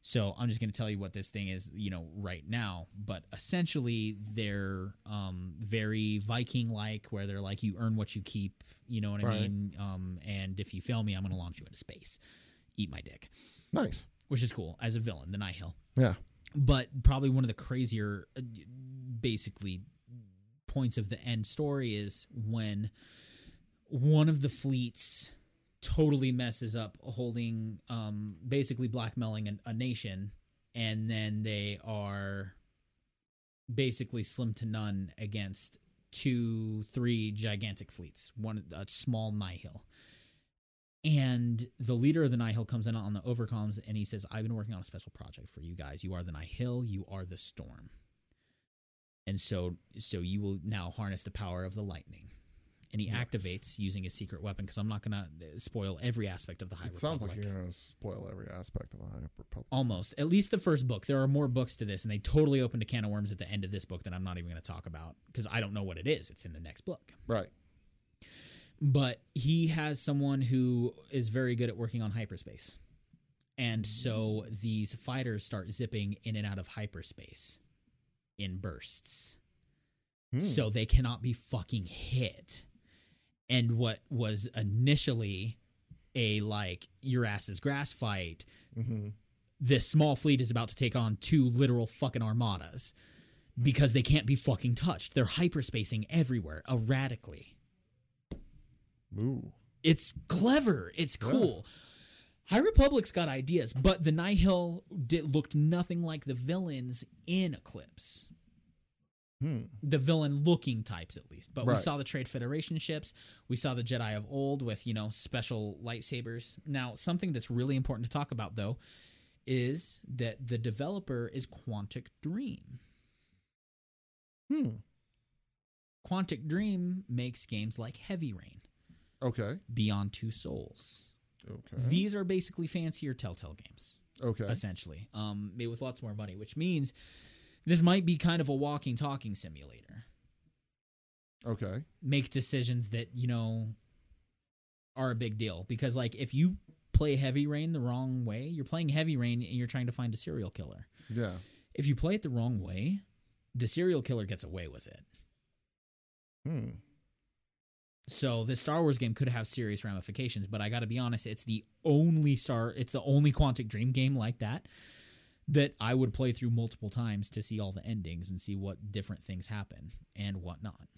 A: So I'm just going to tell you what this thing is, you know, right now. But essentially, they're um, very Viking-like, where they're like, you earn what you keep. You know what I
B: Right.
A: mean? Um, and if you fail me, I'm going to launch you into space. Eat my dick,
B: Nice.
A: which is cool as a villain, the Nihil
B: Yeah.
A: but probably one of the crazier uh, basically points of the end story is when one of the fleets totally messes up holding um basically blackmailing an, a nation and then they are basically slim to none against two three gigantic fleets one a small nihil and the leader of the Nihil comes in on the overcoms and he says, I've been working on a special project for you guys. You are the Nihil, you are the storm. And so so you will now harness the power of the lightning. And he
B: Nice.
A: activates using his secret weapon because I'm not gonna uh, spoil every aspect of the High
B: It sounds like
A: Republic.
B: you're going to spoil every aspect of the High Republic.
A: Almost. At least the first book. There are more books to this, and they totally opened a can of worms at the end of this book that I'm not even going to talk about because I don't know what it is. It's in the next book.
B: Right.
A: but he has someone who is very good at working on hyperspace. And so these fighters start zipping in and out of hyperspace in bursts.
B: Hmm.
A: So they cannot be fucking hit. And what was initially a like your ass is grass fight,
B: Mhm.
A: this small fleet is about to take on two literal fucking armadas because they can't be fucking touched. They're hyperspacing everywhere erratically
B: Ooh.
A: it's clever. It's cool. High Republic's got ideas, but the Nihil did, looked nothing like the villains in Eclipse.
B: Hmm.
A: The villain looking types, at least. But we
B: Right.
A: saw the Trade Federation ships. We saw the Jedi of old with, you know, special lightsabers. Now, something that's really important to talk about, though, is that the developer is Quantic Dream.
B: Hmm.
A: Quantic Dream makes games like Heavy Rain,
B: Okay.
A: Beyond Two Souls.
B: Okay.
A: These are basically fancier Telltale games.
B: okay.
A: essentially, um, made with lots more money, which means this might be kind of a walking, talking simulator.
B: Okay.
A: Make decisions that you know are a big deal because, like, if you play Heavy Rain the wrong way, you're playing Heavy Rain and you're trying to find a serial killer.
B: Yeah.
A: If you play it the wrong way, the serial killer gets away with it.
B: Hmm.
A: So this Star Wars game could have serious ramifications, but I got to be honest, it's the only Star, it's the only Quantic Dream game like that that I would play through multiple times to see all the endings and see what different things happen and whatnot.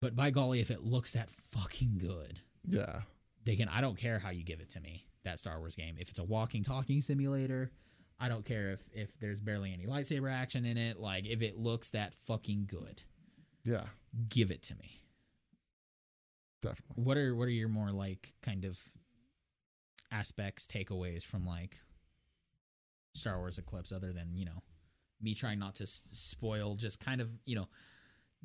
A: But by golly, if it looks that fucking good,
B: Yeah.
A: they can. I don't care how you give it to me. That Star Wars game, if it's a walking, talking simulator, I don't care if if there's barely any lightsaber action in it. Like if it looks that fucking good,
B: Yeah.
A: give it to me.
B: Definitely.
A: what are what are your more like kind of aspects takeaways from like Star Wars Eclipse other than you know me trying not to s- spoil just kind of you know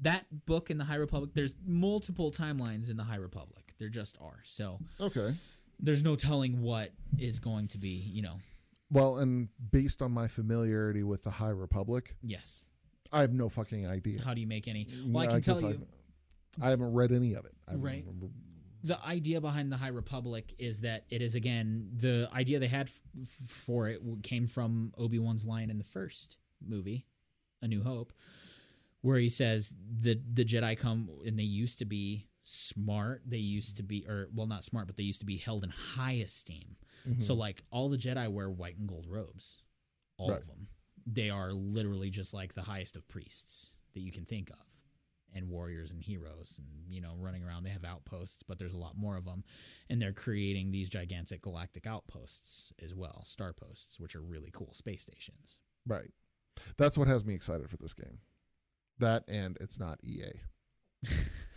A: that book in the High Republic there's multiple timelines in the High Republic there just are so
B: Okay.
A: there's no telling what is going to be you know
B: Well, and based on my familiarity with the High Republic,
A: yes
B: I have no fucking idea.
A: how do you make any well Mm, I
B: No,
A: can tell
B: guess
A: you
B: I, I haven't read any of it. I haven't
A: Right.
B: remember-
A: the idea behind the High Republic is that it is again the idea they had f- for it w- came from Obi Wan's line in the first movie, A New Hope, where he says the the Jedi come and they used to be smart, they used to be or well not smart, but they used to be held in high esteem. So like all the Jedi wear white and gold robes, all
B: Right.
A: of them. They are literally just like the highest of priests that you can think of and warriors and heroes and you know running around they have outposts but there's a lot more of them and they're creating these gigantic galactic outposts as well star posts which are really cool space stations
B: Right. That's what has me excited for this game. That and it's not EA.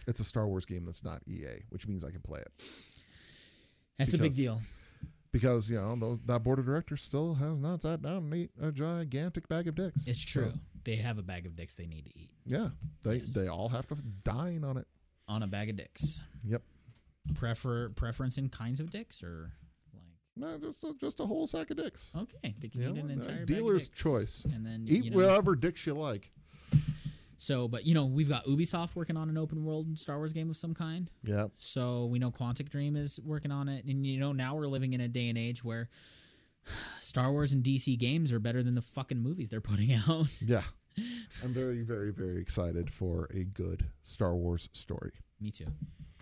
B: it's a Star Wars game that's not EA, which means I can play it
A: that's a big
B: Because-
A: deal
B: because you know tho- that board of directors still has not sat down and eat a gigantic bag of dicks.
A: it's
B: So,
A: true they have a bag of dicks they need to eat
B: yeah, they
A: Yes.
B: they all have to dine on it.
A: on a bag of dicks
B: Yep.
A: prefer preference in kinds of dicks or like
B: No, just a, just a whole sack of dicks.
A: okay they can
B: You
A: eat
B: know
A: an
B: what?
A: entire bag of
B: Dealer's
A: dicks.
B: choice.
A: and then
B: Eat
A: Oh, you know,
B: whatever dicks you like.
A: so but you know we've got ubisoft working on an open world star wars game of some kind
B: Yep.
A: So we know Quantic Dream is working on it, and you know now we're living in a day and age where Star Wars and DC games are better than the fucking movies they're putting out.
B: Yeah. I'm very very very excited for a good Star Wars story.
A: Me too.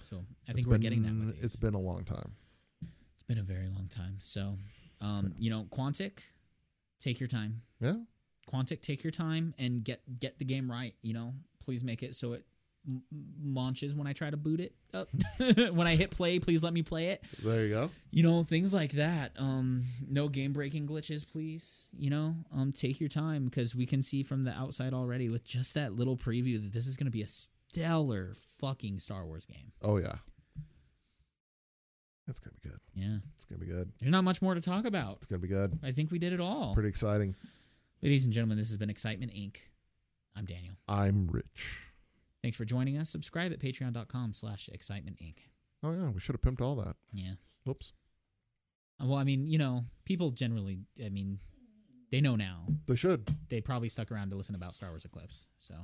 A: So I think
B: It's
A: we're getting that
B: been-
A: with these.
B: It's been a long time.
A: it's been a very long time. So, um, you know, Quantic, take your time.
B: Yeah.
A: Quantic, take your time and get get the game right. You know, please make it so it m- m- launches when I try to boot it up. when I hit play, please let me play it.
B: There you go.
A: you know things like that um no game breaking glitches please you know um take your time because we can see from the outside already with just that little preview that this is going to be a stellar fucking star wars game
B: Oh yeah. That's gonna be good.
A: yeah
B: It's gonna be good.
A: there's not much more to talk about
B: It's gonna be good.
A: i think we did it all
B: Pretty exciting.
A: ladies and gentlemen this has been excitement inc i'm daniel
B: I'm rich.
A: thanks for joining us subscribe at patreon.com slash excitement inc
B: Oh yeah, we should have pimped all that.
A: yeah
B: Whoops.
A: well i mean you know people generally i mean they know now
B: They should.
A: they probably stuck around to listen about star wars eclipse so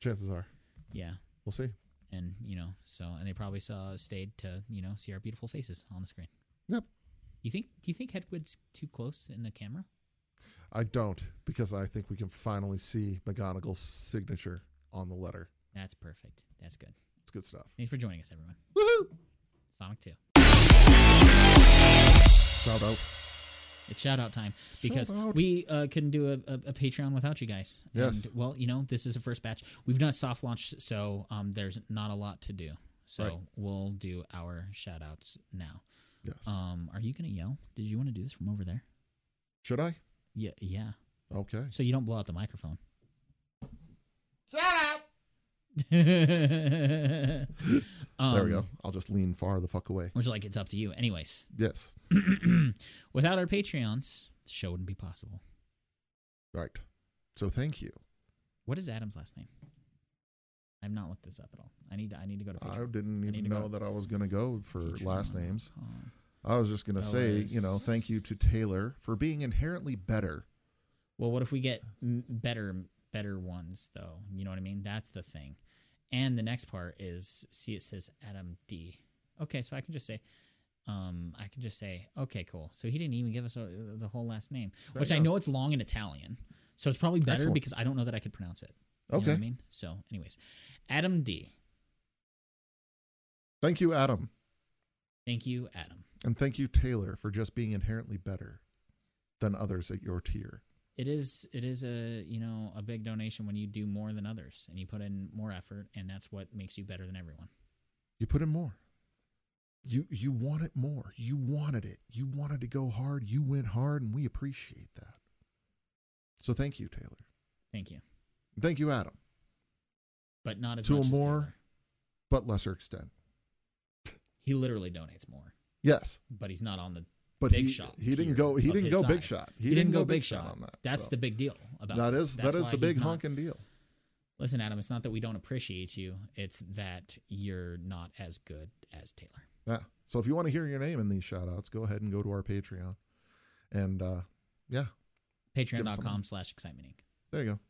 B: Chances are.
A: yeah
B: We'll see.
A: and you know so and they probably saw stayed to you know see our beautiful faces on the screen
B: Yep.
A: you think do you think hedwig's too close in the camera
B: I don't because I think we can finally see McGonagall's signature on the letter.
A: that's perfect that's good
B: It's good stuff.
A: thanks for joining us everyone
B: Woohoo!
A: sonic 2
B: Shout out.
A: it's shout out time because
B: Shout out.
A: we uh, couldn't do a, a, a patreon without you guys
B: Yes.
A: and well you know this is the first batch we've done a soft launch so um, there's not a lot to do so
B: Right.
A: we'll do our shout outs now
B: Yes.
A: um, are you gonna yell did you want to do this from over there
B: should I?
A: yeah yeah
B: Okay.
A: so you don't blow out the microphone
B: Shout out.
A: Um,
B: there we go. I'll just lean far the fuck away.
A: Which, like, it's up to you. Anyways,
B: Yes.
A: without our Patreons, the show wouldn't be possible.
B: Right. So thank you.
A: What is Adam's last name? I've not looked this up at all. I need to, I need to go to
B: I
A: Patreon.
B: didn't
A: I need
B: even
A: to go
B: know
A: to
B: that I was going to go Uh, for last names.
A: Patreon.com.
B: I was just going to
A: That
B: say, you know,
A: was-
B: thank you to Taylor for being inherently better.
A: Well, what if we get m- better better ones though? You know what I mean? That's the thing. And the next part is see it says Adam D. Okay, so I can just say um I can just say okay, cool. So he didn't even give us uh the whole last name,
B: There
A: which
B: you
A: I
B: go.
A: know it's long in Italian. So it's probably better
B: Excellent.
A: because I don't know that I could pronounce it. You know
B: Okay.
A: what I mean? So anyways, Adam D.
B: Thank you, Adam.
A: Thank you, Adam.
B: And thank you, Taylor, for just being inherently better than others at your tier.
A: It is it is a, you know, a big donation when you do more than others and you put in more effort and that's what makes you better than everyone.
B: You put in more. You you want it more. You wanted it. You wanted to go hard. You went hard, and we appreciate that. So thank you, Taylor.
A: Thank you.
B: Thank you, Adam.
A: But not as
B: To a
A: much as
B: more-
A: Taylor.
B: But lesser extent.
A: he literally donates more,
B: Yes.
A: but he's not on the.
B: But
A: Big
B: he,
A: shot
B: he didn't
A: tier
B: go he
A: of
B: didn't
A: his
B: go big
A: side.
B: shot.
A: He, didn't, go, big shot.
B: on that.
A: That's
B: so.
A: the big deal about
B: that
A: this.
B: is that
A: That's
B: is
A: why
B: the big
A: he's not-
B: honking deal.
A: Listen, Adam, it's not that we don't appreciate you; it's that you're not as good as Taylor.
B: Yeah. So if you want to hear your name in these shout outs, go ahead and go to our Patreon. And uh yeah,
A: Patreon.com
B: someone-
A: slash Excitement Inc.
B: there you go.